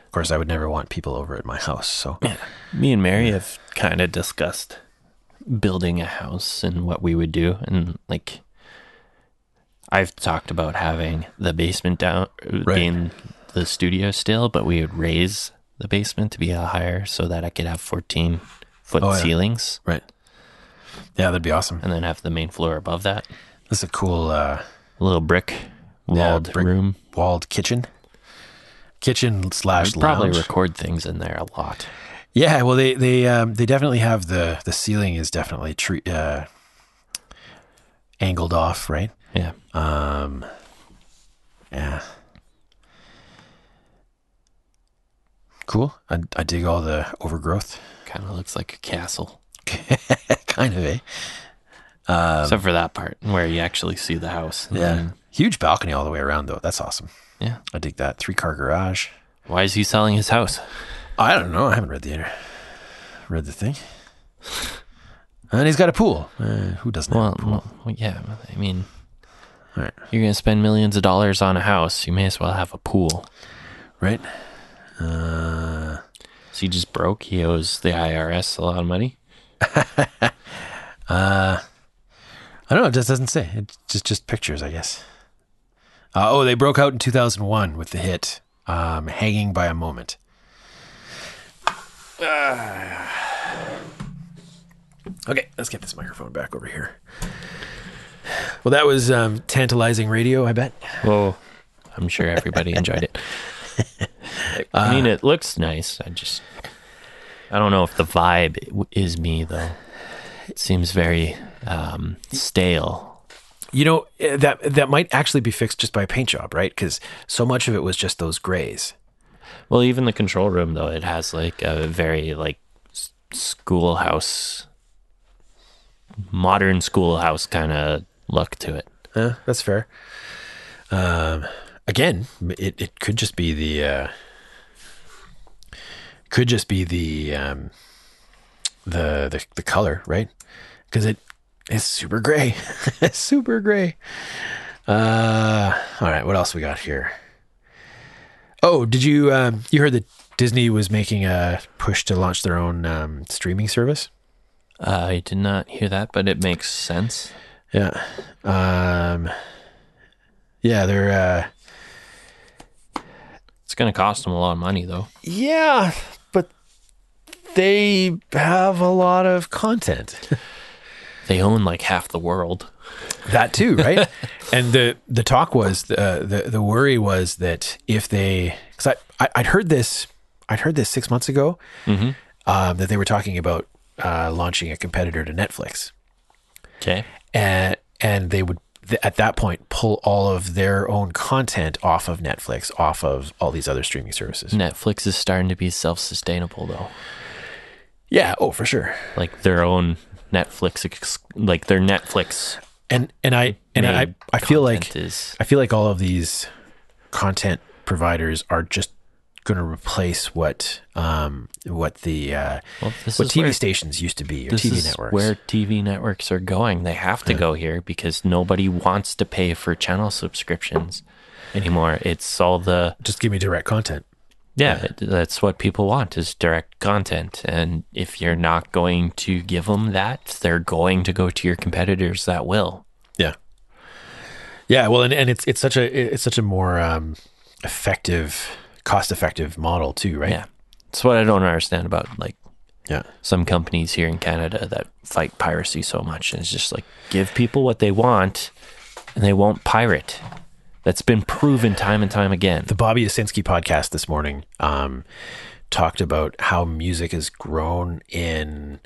Speaker 7: Of course, I would never want people over at my house, so
Speaker 5: Me and Mary have kind of discussed building a house and what we would do, and like I've talked about having the basement down
Speaker 7: Right.
Speaker 5: in the studio still, but we would raise the basement to be a higher so that I could have fourteen foot
Speaker 7: Oh, yeah.
Speaker 5: ceilings,
Speaker 7: right. Yeah, that'd be awesome.
Speaker 5: and then have the main floor above that,
Speaker 7: That's a cool uh,
Speaker 5: a little brick
Speaker 7: yeah,
Speaker 5: walled
Speaker 7: brick-
Speaker 5: room.
Speaker 7: walled kitchen, kitchen slash
Speaker 5: I'd probably
Speaker 7: lounge.
Speaker 5: record things in there a lot.
Speaker 7: Yeah, well, they they um, they definitely have the the ceiling is definitely tre- uh, angled off, right?
Speaker 5: Yeah,
Speaker 7: Yeah. Cool. I, I dig all the overgrowth.
Speaker 5: kind of looks like a castle,
Speaker 7: kind of, eh? Um,
Speaker 5: except for that part where you actually see the house. and then-
Speaker 7: Huge balcony all the way around, though. That's awesome.
Speaker 5: yeah.
Speaker 7: I dig that. Three car garage.
Speaker 5: Why is he selling his house?
Speaker 7: I don't know. I haven't read the inter- read the thing. And he's got a pool. Uh, who doesn't? have
Speaker 5: Well,
Speaker 7: a pool?
Speaker 5: well, well, yeah. well, I mean,
Speaker 7: Right.
Speaker 5: you're gonna spend millions of dollars on a house. You may as well have a pool.
Speaker 7: right? Uh,
Speaker 5: So he just broke. He owes the IRS a lot of money.
Speaker 7: I don't know. It just doesn't say. It just just pictures, I guess. Uh, oh, they broke out in 2001 with the hit um, "Hanging by a Moment." Okay, let's get this microphone back over here. Well, that was um, tantalizing radio. I bet.
Speaker 5: Whoa. I'm sure everybody enjoyed it. I mean, it looks nice. I just, I don't know if the vibe w- is me though. It seems very um, stale.
Speaker 7: You know eh, that that might actually be fixed just by a paint job, right? Because so much of it was just those grays.
Speaker 5: Well, even the control room though, it has like a very like s- schoolhouse, modern schoolhouse kind of look to it.
Speaker 7: Yeah, that's fair. Um, again, it, it could just be the uh, could just be the um, the, the the color, right? Because it is super gray, it's super gray. Uh, all right, what else we got here? Oh, did you um, you heard that Disney was making a push to launch their own um, streaming service?
Speaker 5: I did not hear that, but it makes sense.
Speaker 7: Yeah. Um, yeah, they're. Uh,
Speaker 5: It's going to cost them a lot of money though.
Speaker 7: Yeah, but they have a lot of content.
Speaker 5: They own like half the world.
Speaker 7: that too, right? and the the talk was uh, the the worry was that if they because I, I I'd heard this I'd heard this six months ago um, that they were talking about uh, launching a competitor to Netflix
Speaker 5: Okay.
Speaker 7: and and they would th- at that point pull all of their own content off of Netflix, off of all these other streaming services.
Speaker 5: Netflix is starting to be self sustainable, though.
Speaker 7: Yeah, oh for sure.
Speaker 5: Like their own Netflix, ex- like their Netflix.
Speaker 7: And and I and I
Speaker 5: Main
Speaker 7: I feel like
Speaker 5: content is-
Speaker 7: I feel like all of these content providers are just going to replace what um what the uh,
Speaker 5: Well, this
Speaker 7: what
Speaker 5: is
Speaker 7: TV
Speaker 5: where-
Speaker 7: stations used to be or
Speaker 5: This
Speaker 7: TV
Speaker 5: is
Speaker 7: networks.
Speaker 5: where TV networks are going. They have to go here because nobody wants to pay for channel subscriptions anymore. It's all the
Speaker 7: just give me direct content.
Speaker 5: yeah, that's what people want is direct content. And if you're not going to give them that, they're going to go to your competitors that will.
Speaker 7: Yeah. Yeah, well and, and it's it's such a it's such a more um effective cost effective model too, right?
Speaker 5: Yeah. That's what I don't understand about like
Speaker 7: Yeah.
Speaker 5: some companies here in Canada that fight piracy so much. And it's just like give people what they want and they won't pirate. That's been proven time and time again.
Speaker 7: The Bobby Osinski podcast this morning um talked about how music has grown in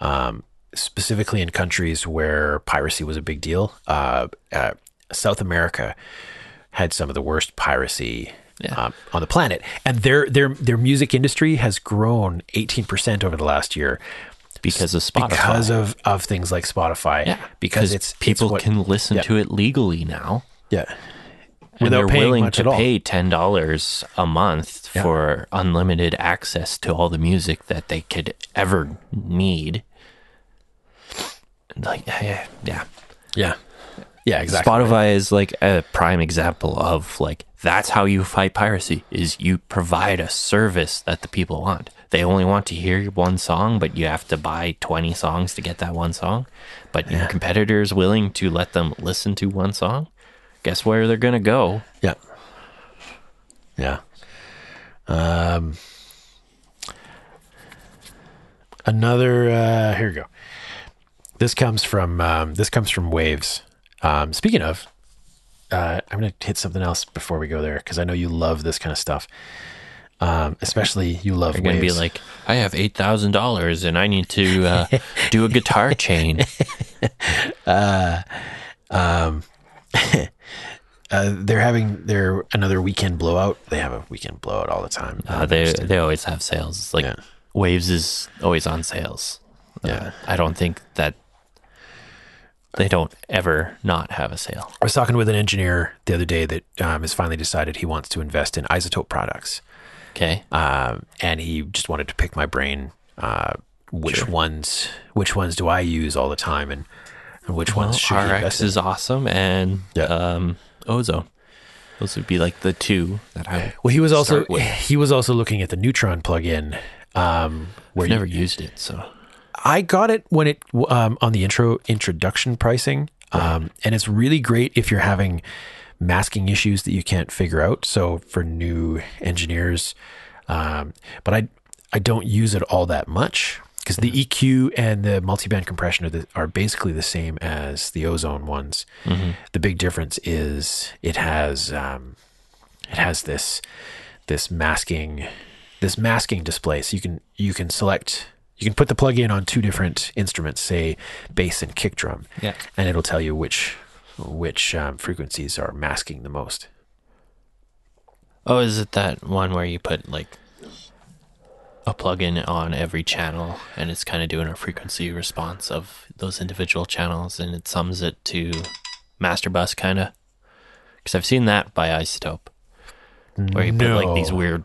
Speaker 7: um specifically in countries where piracy was a big deal. Uh, uh South America had some of the worst piracy um, on the planet, and their their their music industry has grown eighteen percent over the last year.
Speaker 5: because of Spotify.
Speaker 7: because of of things like Spotify.
Speaker 5: yeah,
Speaker 7: because it's it's
Speaker 5: people
Speaker 7: what-
Speaker 5: can listen
Speaker 7: yeah.
Speaker 5: to it legally now,
Speaker 7: yeah
Speaker 5: and
Speaker 7: without
Speaker 5: they're
Speaker 7: paying
Speaker 5: willing
Speaker 7: much
Speaker 5: to
Speaker 7: at all.
Speaker 5: pay ten dollars a month
Speaker 7: Yeah.
Speaker 5: for unlimited access to all the music that they could ever need. Like yeah, yeah.
Speaker 7: yeah yeah exactly.
Speaker 5: Spotify is like a prime example of like that's how you fight piracy is you provide a service that the people want. They only want to hear one song, but you have to buy 20 songs to get that one song. But your competitor is willing to let them listen to one song. Guess where they're going to go?
Speaker 7: Yeah. Yeah. Um, another. Uh, here we go. This comes from um, this comes from Waves. Um, speaking of, uh, I'm going to hit something else before we go there because I know you love this kind of stuff. Um, especially you love
Speaker 5: They're going to be
Speaker 7: Waves.
Speaker 5: like, I have $8,000 and I need to uh, do a guitar chain.
Speaker 7: uh, they're having their another weekend blowout. They have a weekend blowout all the time. Um,
Speaker 5: Uh, they, they always have sales. It's Like
Speaker 7: Yeah.
Speaker 5: Waves is always on sales.
Speaker 7: yeah.
Speaker 5: I don't think that they don't ever not have a sale.
Speaker 7: I was talking with an engineer the other day that um, has finally decided he wants to invest in isotope products,
Speaker 5: Okay.
Speaker 7: um, and he just wanted to pick my brain. Uh, which ones? Which ones do I use all the time, and, and which ones should he invest
Speaker 5: RX
Speaker 7: in?
Speaker 5: is awesome and
Speaker 7: Yeah.
Speaker 5: um, ozone. Those would be like the two that I
Speaker 7: Well, he was also
Speaker 5: start with.
Speaker 7: he was also looking at the neutron plug-in. Um, where
Speaker 5: I've
Speaker 7: you-
Speaker 5: never used it, so
Speaker 7: I got it when it um, on the intro introduction pricing, um, and it's really great if you're having masking issues that you can't figure out. So for new engineers, um, but I I don't use it all that much because
Speaker 5: Mm-hmm.
Speaker 7: the EQ and the multiband compression are, the, are basically the same as the ozone ones.
Speaker 5: Mm-hmm.
Speaker 7: The big difference is it has um, it has this this masking this masking display so you can you can select you can put the plug in on two different instruments say bass and kick drum
Speaker 5: Yeah.
Speaker 7: and it'll tell you which which um, frequencies are masking the most
Speaker 5: Oh, is it that one where you put like a plug-in on every channel and it's kind of doing a frequency response of those individual channels and it sums it to master bus kind of? Because I've seen that by Isotope where you put like these
Speaker 7: No.
Speaker 5: weird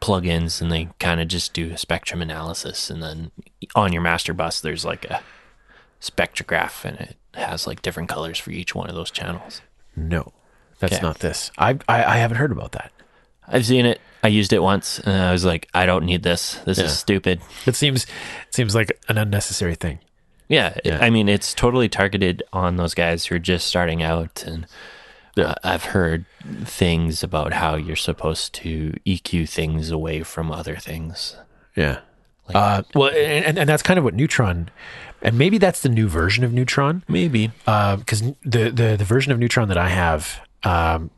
Speaker 5: plugins and they kind of just do a spectrum analysis and then on your master bus there's like a spectrograph and it has like different colors for each one of those channels.
Speaker 7: no that's
Speaker 5: Okay.
Speaker 7: not this I, I i haven't heard about that
Speaker 5: I've seen it. I used it once, and I was like, I don't need this. This
Speaker 7: Yeah.
Speaker 5: is stupid.
Speaker 7: it seems it seems like an unnecessary thing
Speaker 5: Yeah,
Speaker 7: Yeah.
Speaker 5: I mean, it's totally targeted on those guys who are just starting out, and uh, I've heard things about how you're supposed to EQ things away from other things.
Speaker 7: yeah uh, well and, and- and that's kind of what neutron and maybe that's the new version of neutron
Speaker 5: Maybe.
Speaker 7: because the, the the version of Neutron that I have, um,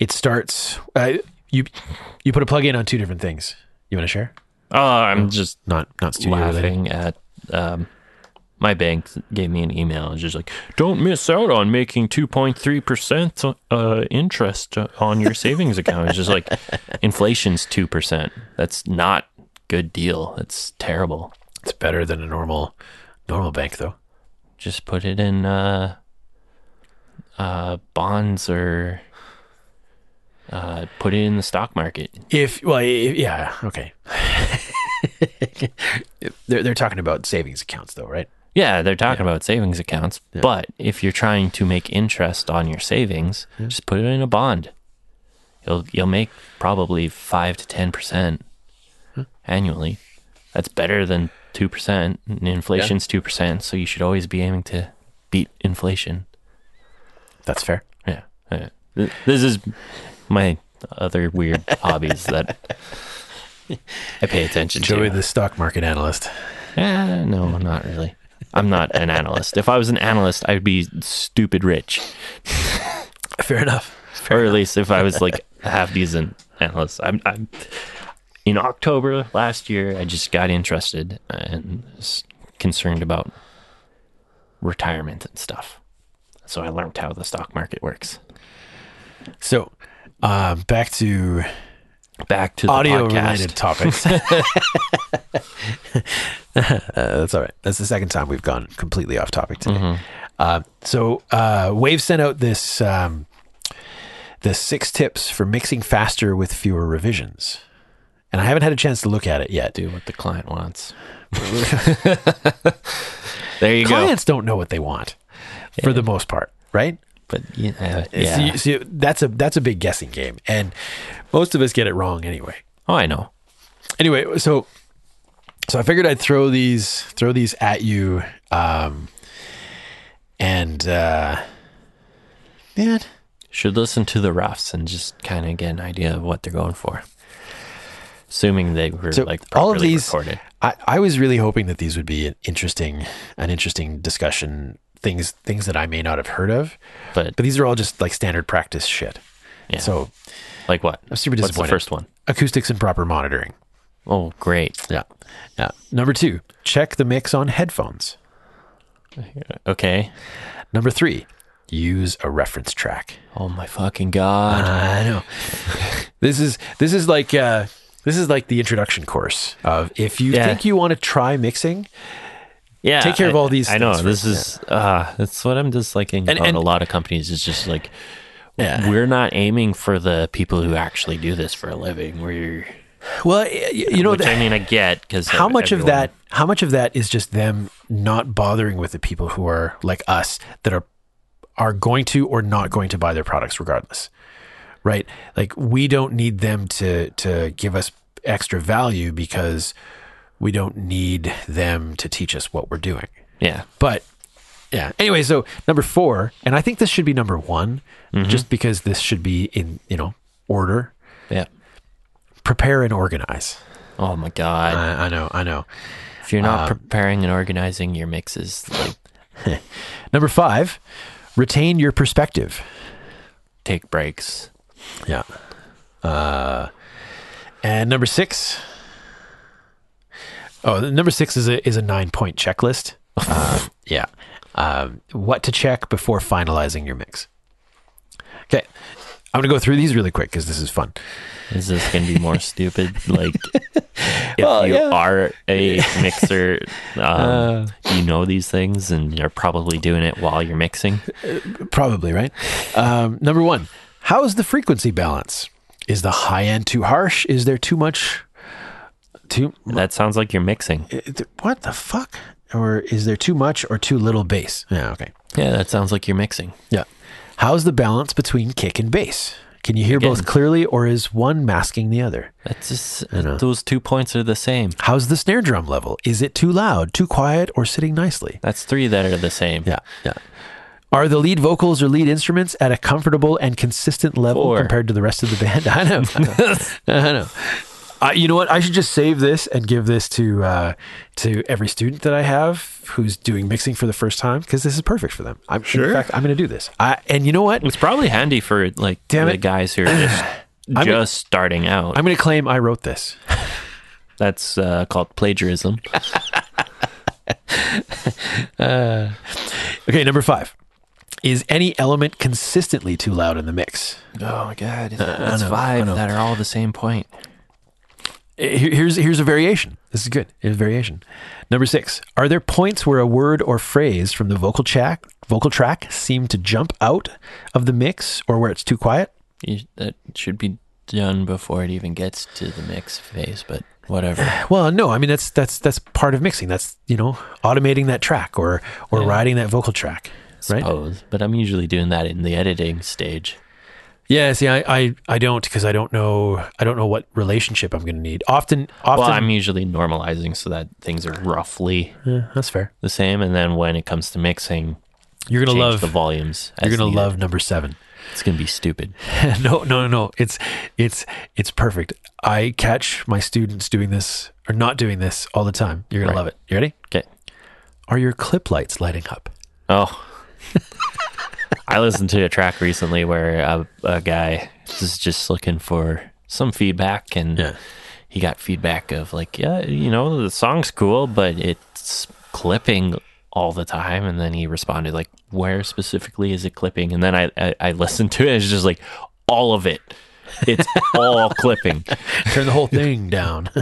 Speaker 7: it starts. Uh, you you put a plug in on two different things. You want to share?
Speaker 5: Oh, I'm just
Speaker 7: Not not studio related.
Speaker 5: laughing at um, my bank gave me an email. It's just like, don't miss out on making 2.3% uh, interest on your savings account. It's just like, inflation's 2%. That's not good deal. That's terrible.
Speaker 7: It's better than a normal normal bank though.
Speaker 5: Just put it in uh, uh, bonds or uh, put it in the stock market.
Speaker 7: If well, i- yeah, okay. they're they're talking about savings accounts though, right?
Speaker 5: Yeah, they're talking about savings accounts, but if you're trying to make interest on your savings, just put it in a bond. You'll you'll make probably five to ten percent annually. That's better than two percent. Inflation's two percent, so you should always be aiming to beat inflation.
Speaker 7: That's fair.
Speaker 5: Yeah, yeah. Th- This is my other weird hobbies that I pay attention to.
Speaker 7: Joey, the stock market analyst.
Speaker 5: Eh, no, not really. I'm not an analyst. If I was an analyst, I'd be stupid rich.
Speaker 7: Fair enough.
Speaker 5: or at least if I was like half decent analyst. I'm, I'm in October last year. I just got interested and was concerned about retirement and stuff. So I learned how the stock market works.
Speaker 7: So, um, back to
Speaker 5: Back to the
Speaker 7: audio
Speaker 5: podcast.
Speaker 7: related topics. Uh, that's all right. That's the second time we've gone completely off topic today.
Speaker 5: Mm-hmm.
Speaker 7: Uh, so, uh, Wave sent out this um, the six tips for mixing faster with fewer revisions, and I haven't had a chance to look at it yet.
Speaker 5: Do what the client wants. there you go.
Speaker 7: Clients don't know what they want for the most part, right?
Speaker 5: But yeah,
Speaker 7: It's-
Speaker 5: yeah.
Speaker 7: you- see, that's a that's a big guessing game, and most of us get it wrong anyway.
Speaker 5: Oh, I know.
Speaker 7: anyway, so so I figured I'd throw these throw these at you, um, and uh, man,
Speaker 5: Should listen to the roughs and just kind of get an idea of what they're going for. Assuming they were
Speaker 7: so
Speaker 5: like properly
Speaker 7: all of these,
Speaker 5: recorded.
Speaker 7: I, I was really hoping that these would be an interesting an interesting discussion things things that I may not have heard of,
Speaker 5: But,
Speaker 7: but these are all just like standard practice shit.
Speaker 5: Yeah.
Speaker 7: So
Speaker 5: like what?
Speaker 7: I'm super
Speaker 5: What's the
Speaker 7: disappointed.
Speaker 5: first one?
Speaker 7: acoustics and proper monitoring.
Speaker 5: Oh, great.
Speaker 7: Yeah, yeah. Number two, check the mix on headphones.
Speaker 5: Okay.
Speaker 7: Number three, use a reference track.
Speaker 5: Oh my fucking god.
Speaker 7: I know. this is this is like uh, this is like the introduction course of if you
Speaker 5: Yeah.
Speaker 7: think you want to try mixing,
Speaker 5: yeah.
Speaker 7: take care of
Speaker 5: I-
Speaker 7: all these
Speaker 5: I know.
Speaker 7: things
Speaker 5: This is uh that's what I'm disliking
Speaker 7: And-
Speaker 5: about
Speaker 7: and- Uh,
Speaker 5: a lot of companies is just like
Speaker 7: Yeah.
Speaker 5: we're not aiming for the people who actually do this for a living. We're
Speaker 7: well, y- you know,
Speaker 5: which I mean I get because
Speaker 7: how much of that how much of that is just them not bothering with the people who are like us that are are going to or not going to buy their products regardless. Right? Like we don't need them to to give us extra value because we don't need them to teach us what we're doing.
Speaker 5: Yeah.
Speaker 7: But yeah. Anyway, so number four, and I think this should be number one, just because this should be in you know order.
Speaker 5: Yeah.
Speaker 7: Prepare and organize.
Speaker 5: Oh my god.
Speaker 7: I, I know, I know.
Speaker 5: If you're
Speaker 7: Uh,
Speaker 5: not preparing and organizing your mixes, like
Speaker 7: Number five, retain your perspective.
Speaker 5: take breaks.
Speaker 7: Yeah. Uh, and number six. Oh, the number six is a is a nine point checklist. Uh, yeah. Um, what to check before finalizing your mix. Okay, I'm gonna go through these really quick because this is fun.
Speaker 5: Is this gonna be more stupid? Like, if you are a mixer, um, you know these things, and you're probably doing it while you're mixing.
Speaker 7: Probably, right? Um, number one, how is the frequency balance? Is the high end too harsh? Is there too much? Too eh,
Speaker 5: That sounds like you're mixing.
Speaker 7: what the fuck? Or is there too much or too little bass? Yeah, okay.
Speaker 5: Yeah, that sounds like you're mixing.
Speaker 7: Yeah. How's the balance between kick and bass? Can you hear both clearly or is one masking the other?
Speaker 5: That's just those two points are the same.
Speaker 7: How's the snare drum level? Is it too loud, too quiet, or sitting nicely?
Speaker 5: That's three that are the same.
Speaker 7: Yeah, yeah. Are the lead vocals or lead instruments at a comfortable and consistent level
Speaker 5: Four.
Speaker 7: compared to the rest of the band? I know. I know. I know. I, you know what? I should just save this and give this to uh, to every student that I have who's doing mixing for the first time because this is perfect for them. I'm sure. In fact, I'm going to do this. I, and you know what?
Speaker 5: It's probably handy for like
Speaker 7: Damn
Speaker 5: the
Speaker 7: it.
Speaker 5: guys who are just
Speaker 7: I'm-
Speaker 5: just starting out.
Speaker 7: I'm going to claim I wrote this.
Speaker 5: That's uh, called plagiarism.
Speaker 7: Okay, number five. Is any element consistently too loud in the mix?
Speaker 5: Oh my god, that's
Speaker 7: know, I
Speaker 5: five
Speaker 7: know.
Speaker 5: that are all the same point.
Speaker 7: Eh, here- Here's here's a variation. This is good. Here's a variation. Number six. Are there points where a word or phrase from the vocal track vocal track seem to jump out of the mix, or where it's too quiet?
Speaker 5: You, that should be done before it even gets to the mix phase, but whatever.
Speaker 7: Well, no. I mean, that's that's that's part of mixing. That's you know automating that track or or riding that vocal track. Right.
Speaker 5: Suppose. But I'm usually doing that in the editing stage.
Speaker 7: Yeah. See, I I, I don't because I don't know I don't know what relationship I'm going to need. Often, often.
Speaker 5: Well, I'm usually normalizing so that things are roughly
Speaker 7: Yeah, that's fair.
Speaker 5: the same, and then when it comes to mixing,
Speaker 7: You're gonna
Speaker 5: change
Speaker 7: love
Speaker 5: the volumes. as
Speaker 7: You're gonna
Speaker 5: needed.
Speaker 7: love number seven.
Speaker 5: It's gonna be stupid.
Speaker 7: no, no, no, no. It's it's it's perfect. I catch my students doing this or not doing this all the time. You're gonna
Speaker 5: Right.
Speaker 7: love it. You ready?
Speaker 5: Okay.
Speaker 7: Are your clip lights lighting up?
Speaker 5: Oh. I listened to a track recently where a, a guy was just looking for some feedback, and
Speaker 7: Yeah.
Speaker 5: he got feedback of like, yeah, you know, the song's cool, but it's clipping all the time. And then he responded like, where specifically is it clipping? And then I I, I listened to it. It's just like all of it. It's all clipping.
Speaker 7: Turn the whole thing down.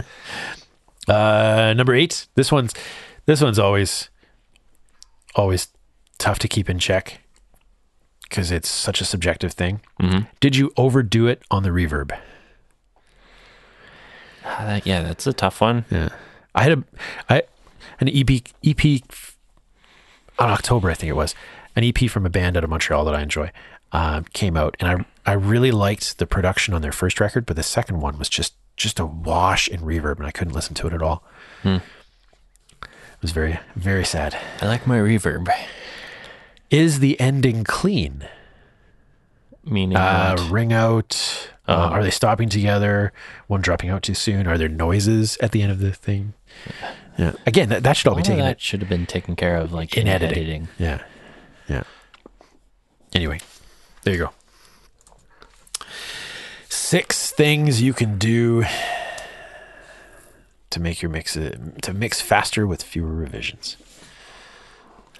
Speaker 7: Uh, number eight. This one's this one's always always tough to keep in check because it's such a subjective thing. Did you overdo it on the reverb?
Speaker 5: Uh, yeah, that's a tough one.
Speaker 7: Yeah. I had a I an E EP EP on October I think it was an EP from a band out of Montreal that I enjoy um, came out and I I really liked the production on their first record but the second one was just just a wash in reverb and I couldn't listen to it at all.
Speaker 5: Hmm.
Speaker 7: It was very very sad.
Speaker 5: I like my reverb.
Speaker 7: Is the ending clean?
Speaker 5: Meaning,
Speaker 7: Uh,
Speaker 5: that-
Speaker 7: ring out. uh,
Speaker 5: Uh-huh.
Speaker 7: are they stopping together? One dropping out too soon? Are there noises at the end of the thing? Yeah. Again, that, that should all,
Speaker 5: all
Speaker 7: be
Speaker 5: of
Speaker 7: taken
Speaker 5: that should have been taken care of, like
Speaker 7: in editing. Yeah. Yeah. Anyway, there you go. Six things you can do to make your mix uh, to mix faster with fewer revisions.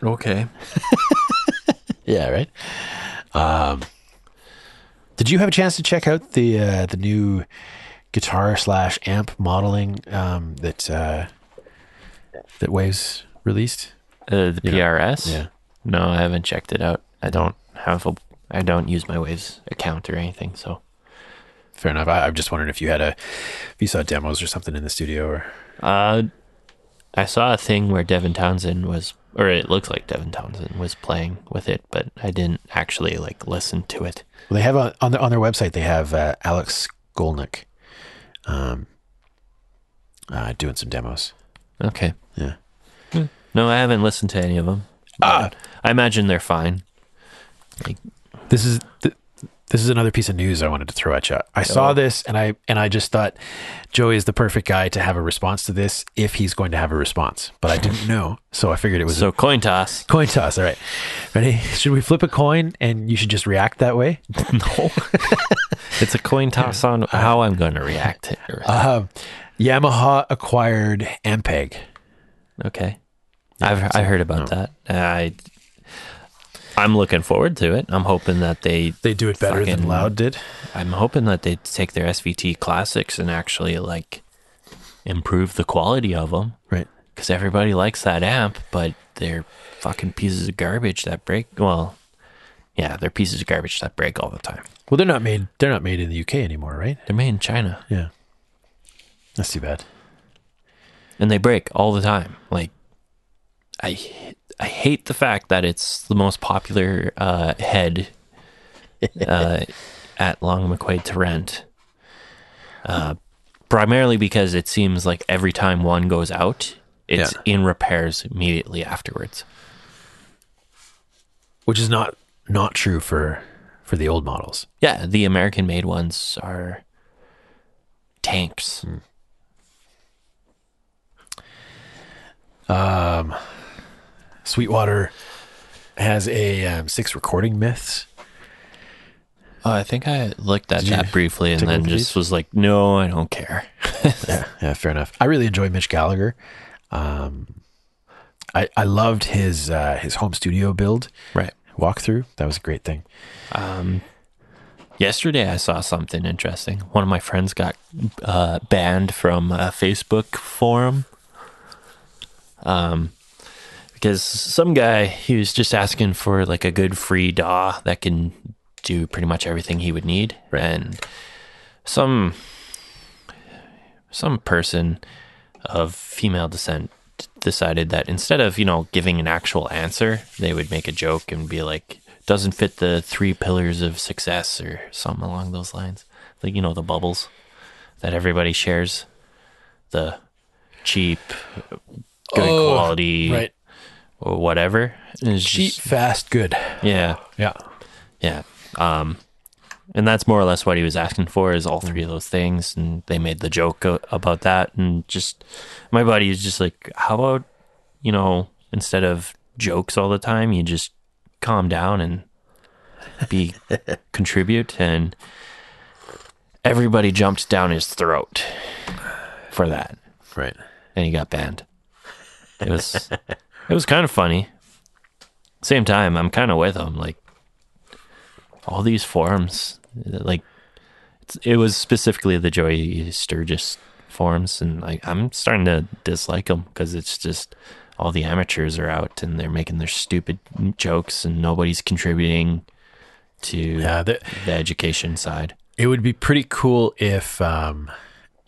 Speaker 5: Okay.
Speaker 7: Yeah, right. Um, did you have a chance to check out the uh, the new guitar slash amp modeling um, that uh, that Waves released?
Speaker 5: Uh, the PRS?
Speaker 7: Yeah.
Speaker 5: No, I haven't checked it out. I don't have a. I don't use my Waves account or anything. So
Speaker 7: Fair enough. I, I'm just wondering if you had a if you saw demos or something in the studio or
Speaker 5: uh, I saw a thing where Devin Townsend was, or it looks like Devin Townsend was playing with it, but I didn't actually like listen to it.
Speaker 7: Well, they have on on their, on their website. They have uh, Alex Golnick, um, uh, doing some demos.
Speaker 5: Okay.
Speaker 7: Yeah.
Speaker 5: Hmm. No, I haven't listened to any of them.
Speaker 7: Ah!
Speaker 5: I imagine they're fine.
Speaker 7: This is th- this is another piece of news I wanted to throw at you. I saw this and I and I just thought Joey is the perfect guy to have a response to this if he's going to have a response. But I didn't know, so I figured it was
Speaker 5: So coin toss.
Speaker 7: a coin toss. All right, ready? Should we flip a coin and you should just react that way?
Speaker 5: No. it's a coin toss on how I'm going to react. to it.
Speaker 7: Um, Yamaha acquired Ampeg.
Speaker 5: Okay. I've I heard about that. I I'm looking forward to it. I'm hoping that they
Speaker 7: They do it better than
Speaker 5: Fucking-
Speaker 7: Loud did.
Speaker 5: I'm hoping that they take their SVT classics and actually like improve the quality of them
Speaker 7: Right.
Speaker 5: cuz everybody likes that amp, but they're fucking pieces of garbage that break. Well, yeah, they're pieces of garbage that break all the time.
Speaker 7: Well, they're not made. They're not made in the UK anymore, right?
Speaker 5: They're made in China
Speaker 7: Yeah. That's too bad.
Speaker 5: and they break all the time. Like I I hate the fact that it's the most popular uh, head uh, at Long McQuaid to rent. Uh, primarily because it seems like every time one goes out, it's
Speaker 7: Yeah.
Speaker 5: in repairs immediately afterwards.
Speaker 7: Which is not not true for for the old models.
Speaker 5: Yeah, the American made ones are tanks.
Speaker 7: Hmm. Sweetwater has a um, six recording myths.
Speaker 5: Oh, I think I looked at
Speaker 7: Did you
Speaker 5: that briefly and
Speaker 7: take a
Speaker 5: then
Speaker 7: look at
Speaker 5: just
Speaker 7: these?
Speaker 5: was like, no, I don't care.
Speaker 7: Yeah, fair enough. I really enjoy Mitch Gallagher. Um, I, I loved his uh, his home studio build
Speaker 5: Right.
Speaker 7: walkthrough. That was a great thing.
Speaker 5: Yesterday, I saw something interesting. One of my friends got uh, banned from a Facebook forum. Um, because some guy, he was just asking for like a good free DAW that can do pretty much everything he would need. And some, some person of female descent decided that instead of, you know, giving an actual answer, they would make a joke and be like, doesn't fit the three pillars of success or something along those lines. Like, you know, the bubbles that everybody shares the cheap, good
Speaker 7: Oh,
Speaker 5: quality, or whatever. And it's
Speaker 7: Cheap,
Speaker 5: just-
Speaker 7: fast, good.
Speaker 5: yeah.
Speaker 7: Yeah.
Speaker 5: Yeah. Um, and that's more or less what he was asking for is all three of those things. And they made the joke o- about that. And just my buddy is just like, how about, you know, instead of jokes all the time, you just calm down and be contribute. And everybody jumped down his throat for that.
Speaker 7: Right.
Speaker 5: And he got banned. It was, it was kind of funny. Same time, I'm kind of with him. Like, all these forums like it's- it was specifically the joey sturgis forums and like i'm starting to dislike them because it's just all the amateurs are out and they're making their stupid jokes and nobody's contributing to
Speaker 7: Yeah. The,
Speaker 5: the education side
Speaker 7: it would be pretty cool if um,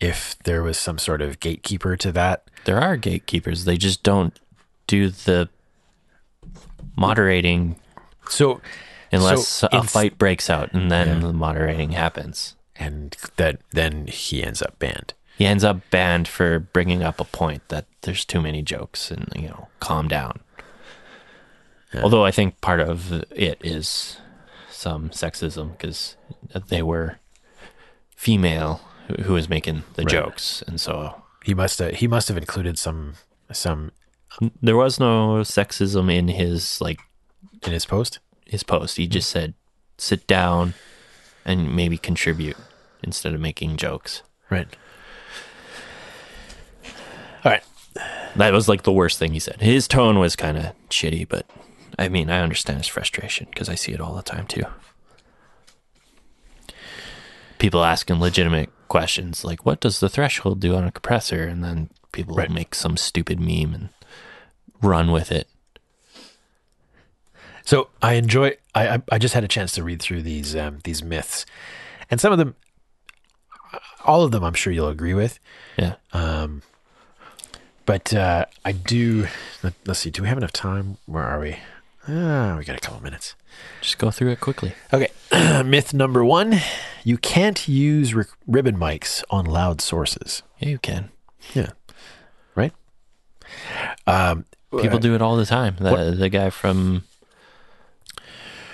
Speaker 7: if there was some sort of gatekeeper to that.
Speaker 5: there are gatekeepers they just don't do the moderating
Speaker 7: So
Speaker 5: unless
Speaker 7: So
Speaker 5: a
Speaker 7: inst-
Speaker 5: fight breaks out and then the moderating happens
Speaker 7: and that then he ends up banned.
Speaker 5: he ends up banned for bringing up a point that there's too many jokes and you know calm down although i think part of it is some sexism because they were female who- who was making the jokes and so
Speaker 7: He must have he must have included some some
Speaker 5: there was no sexism in his like
Speaker 7: in his post.
Speaker 5: his post he just said sit down and maybe contribute instead of making jokes
Speaker 7: Right. All right.
Speaker 5: That was like the worst thing he said. His tone was kind of shitty, but I mean, I understand his frustration because I see it all the time too. People asking legitimate questions like, "What does the threshold do on a compressor?" and then people
Speaker 7: Right.
Speaker 5: make some stupid meme and run with it.
Speaker 7: So I enjoy. I I- I just had a chance to read through these um, these myths, and some of them, all of them, I'm sure you'll agree with.
Speaker 5: Yeah,
Speaker 7: But uh, I do. Let, us see. Do we have enough time? Where are we? Ah, we got a couple minutes.
Speaker 5: just go through it quickly.
Speaker 7: Okay. Myth number one: You can't use ri- ribbon mics on loud sources.
Speaker 5: Yeah, you can.
Speaker 7: Yeah. Right. Um.
Speaker 5: People do it all the time. The, the guy from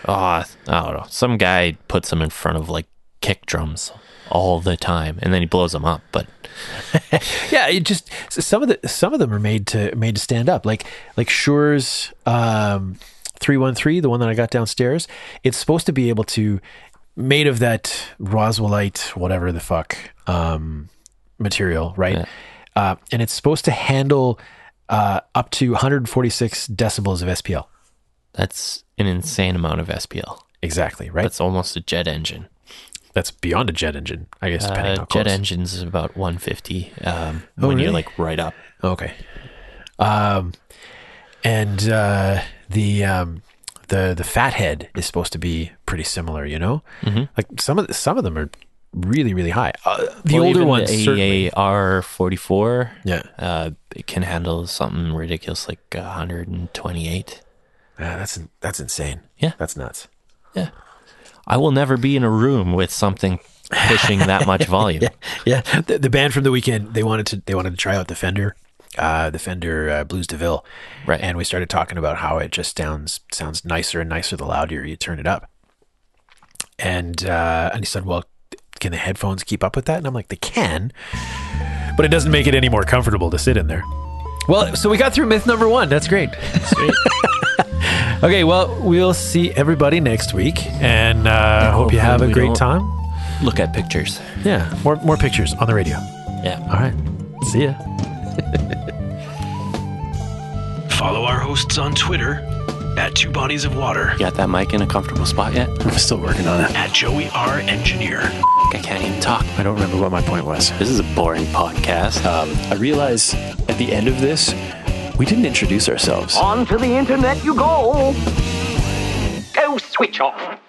Speaker 5: oh, I don't know, some guy puts them in front of like kick drums all the time, and then he blows them up. But
Speaker 7: Yeah, it just so some of the some of them are made to made to stand up. Like like Shure's um, three one three, the one that I got downstairs. It's supposed to be able to made of that Roswellite whatever the fuck um, material, right? Uh, and it's supposed to handle uh, up to 146 decibels of SPL.
Speaker 5: that's an insane amount of SPL.
Speaker 7: Exactly, right? That's,
Speaker 5: That's almost a jet engine.
Speaker 7: beyond a jet engine, I guess. Depending
Speaker 5: Uh,
Speaker 7: on Oh,
Speaker 5: jet engines is about 150 um, when you're
Speaker 7: really?
Speaker 5: like right up.
Speaker 7: Okay. Um, and uh, the um, the the fathead is supposed to be pretty similar, you know. Like some of the, some of them are really really high. Uh, the
Speaker 5: Well,
Speaker 7: older
Speaker 5: even
Speaker 7: ones, certainly.
Speaker 5: the AER 44,
Speaker 7: yeah, uh,
Speaker 5: uh, it can handle something ridiculous like 128.
Speaker 7: Ah, that's that's insane.
Speaker 5: Yeah.
Speaker 7: that's nuts.
Speaker 5: I will never be in a room with something pushing that much volume.
Speaker 7: Yeah, the, the band from the weekend they wanted to they wanted to try out the Fender, uh, the Fender uh, Blues DeVille,
Speaker 5: Right.
Speaker 7: And we started talking about how it just sounds sounds nicer and nicer the louder you turn it up. And uh, and he said, "Well, can the headphones keep up with that?" And I'm like, "They can, but it doesn't make it any more comfortable to sit in there." Well, so we got through myth number one. That's great. okay, well, we'll see everybody next week, and uh, hope you
Speaker 5: hopefully
Speaker 7: have a
Speaker 5: we
Speaker 7: great
Speaker 5: don't-
Speaker 7: time.
Speaker 5: Look at pictures.
Speaker 7: Yeah, more more pictures on the radio.
Speaker 5: Yeah.
Speaker 7: All right. See ya.
Speaker 8: Follow our hosts on Twitter at Two Bodies of Water,
Speaker 9: Got that mic in a comfortable spot yet?
Speaker 10: I'm still working on it.
Speaker 8: at Joey R. Engineer,
Speaker 9: I can't even talk.
Speaker 10: I don't remember what my point was.
Speaker 9: This is a boring podcast.
Speaker 7: Um, I realize at the end of this, we didn't introduce ourselves.
Speaker 11: On to the internet you go. Go switch off.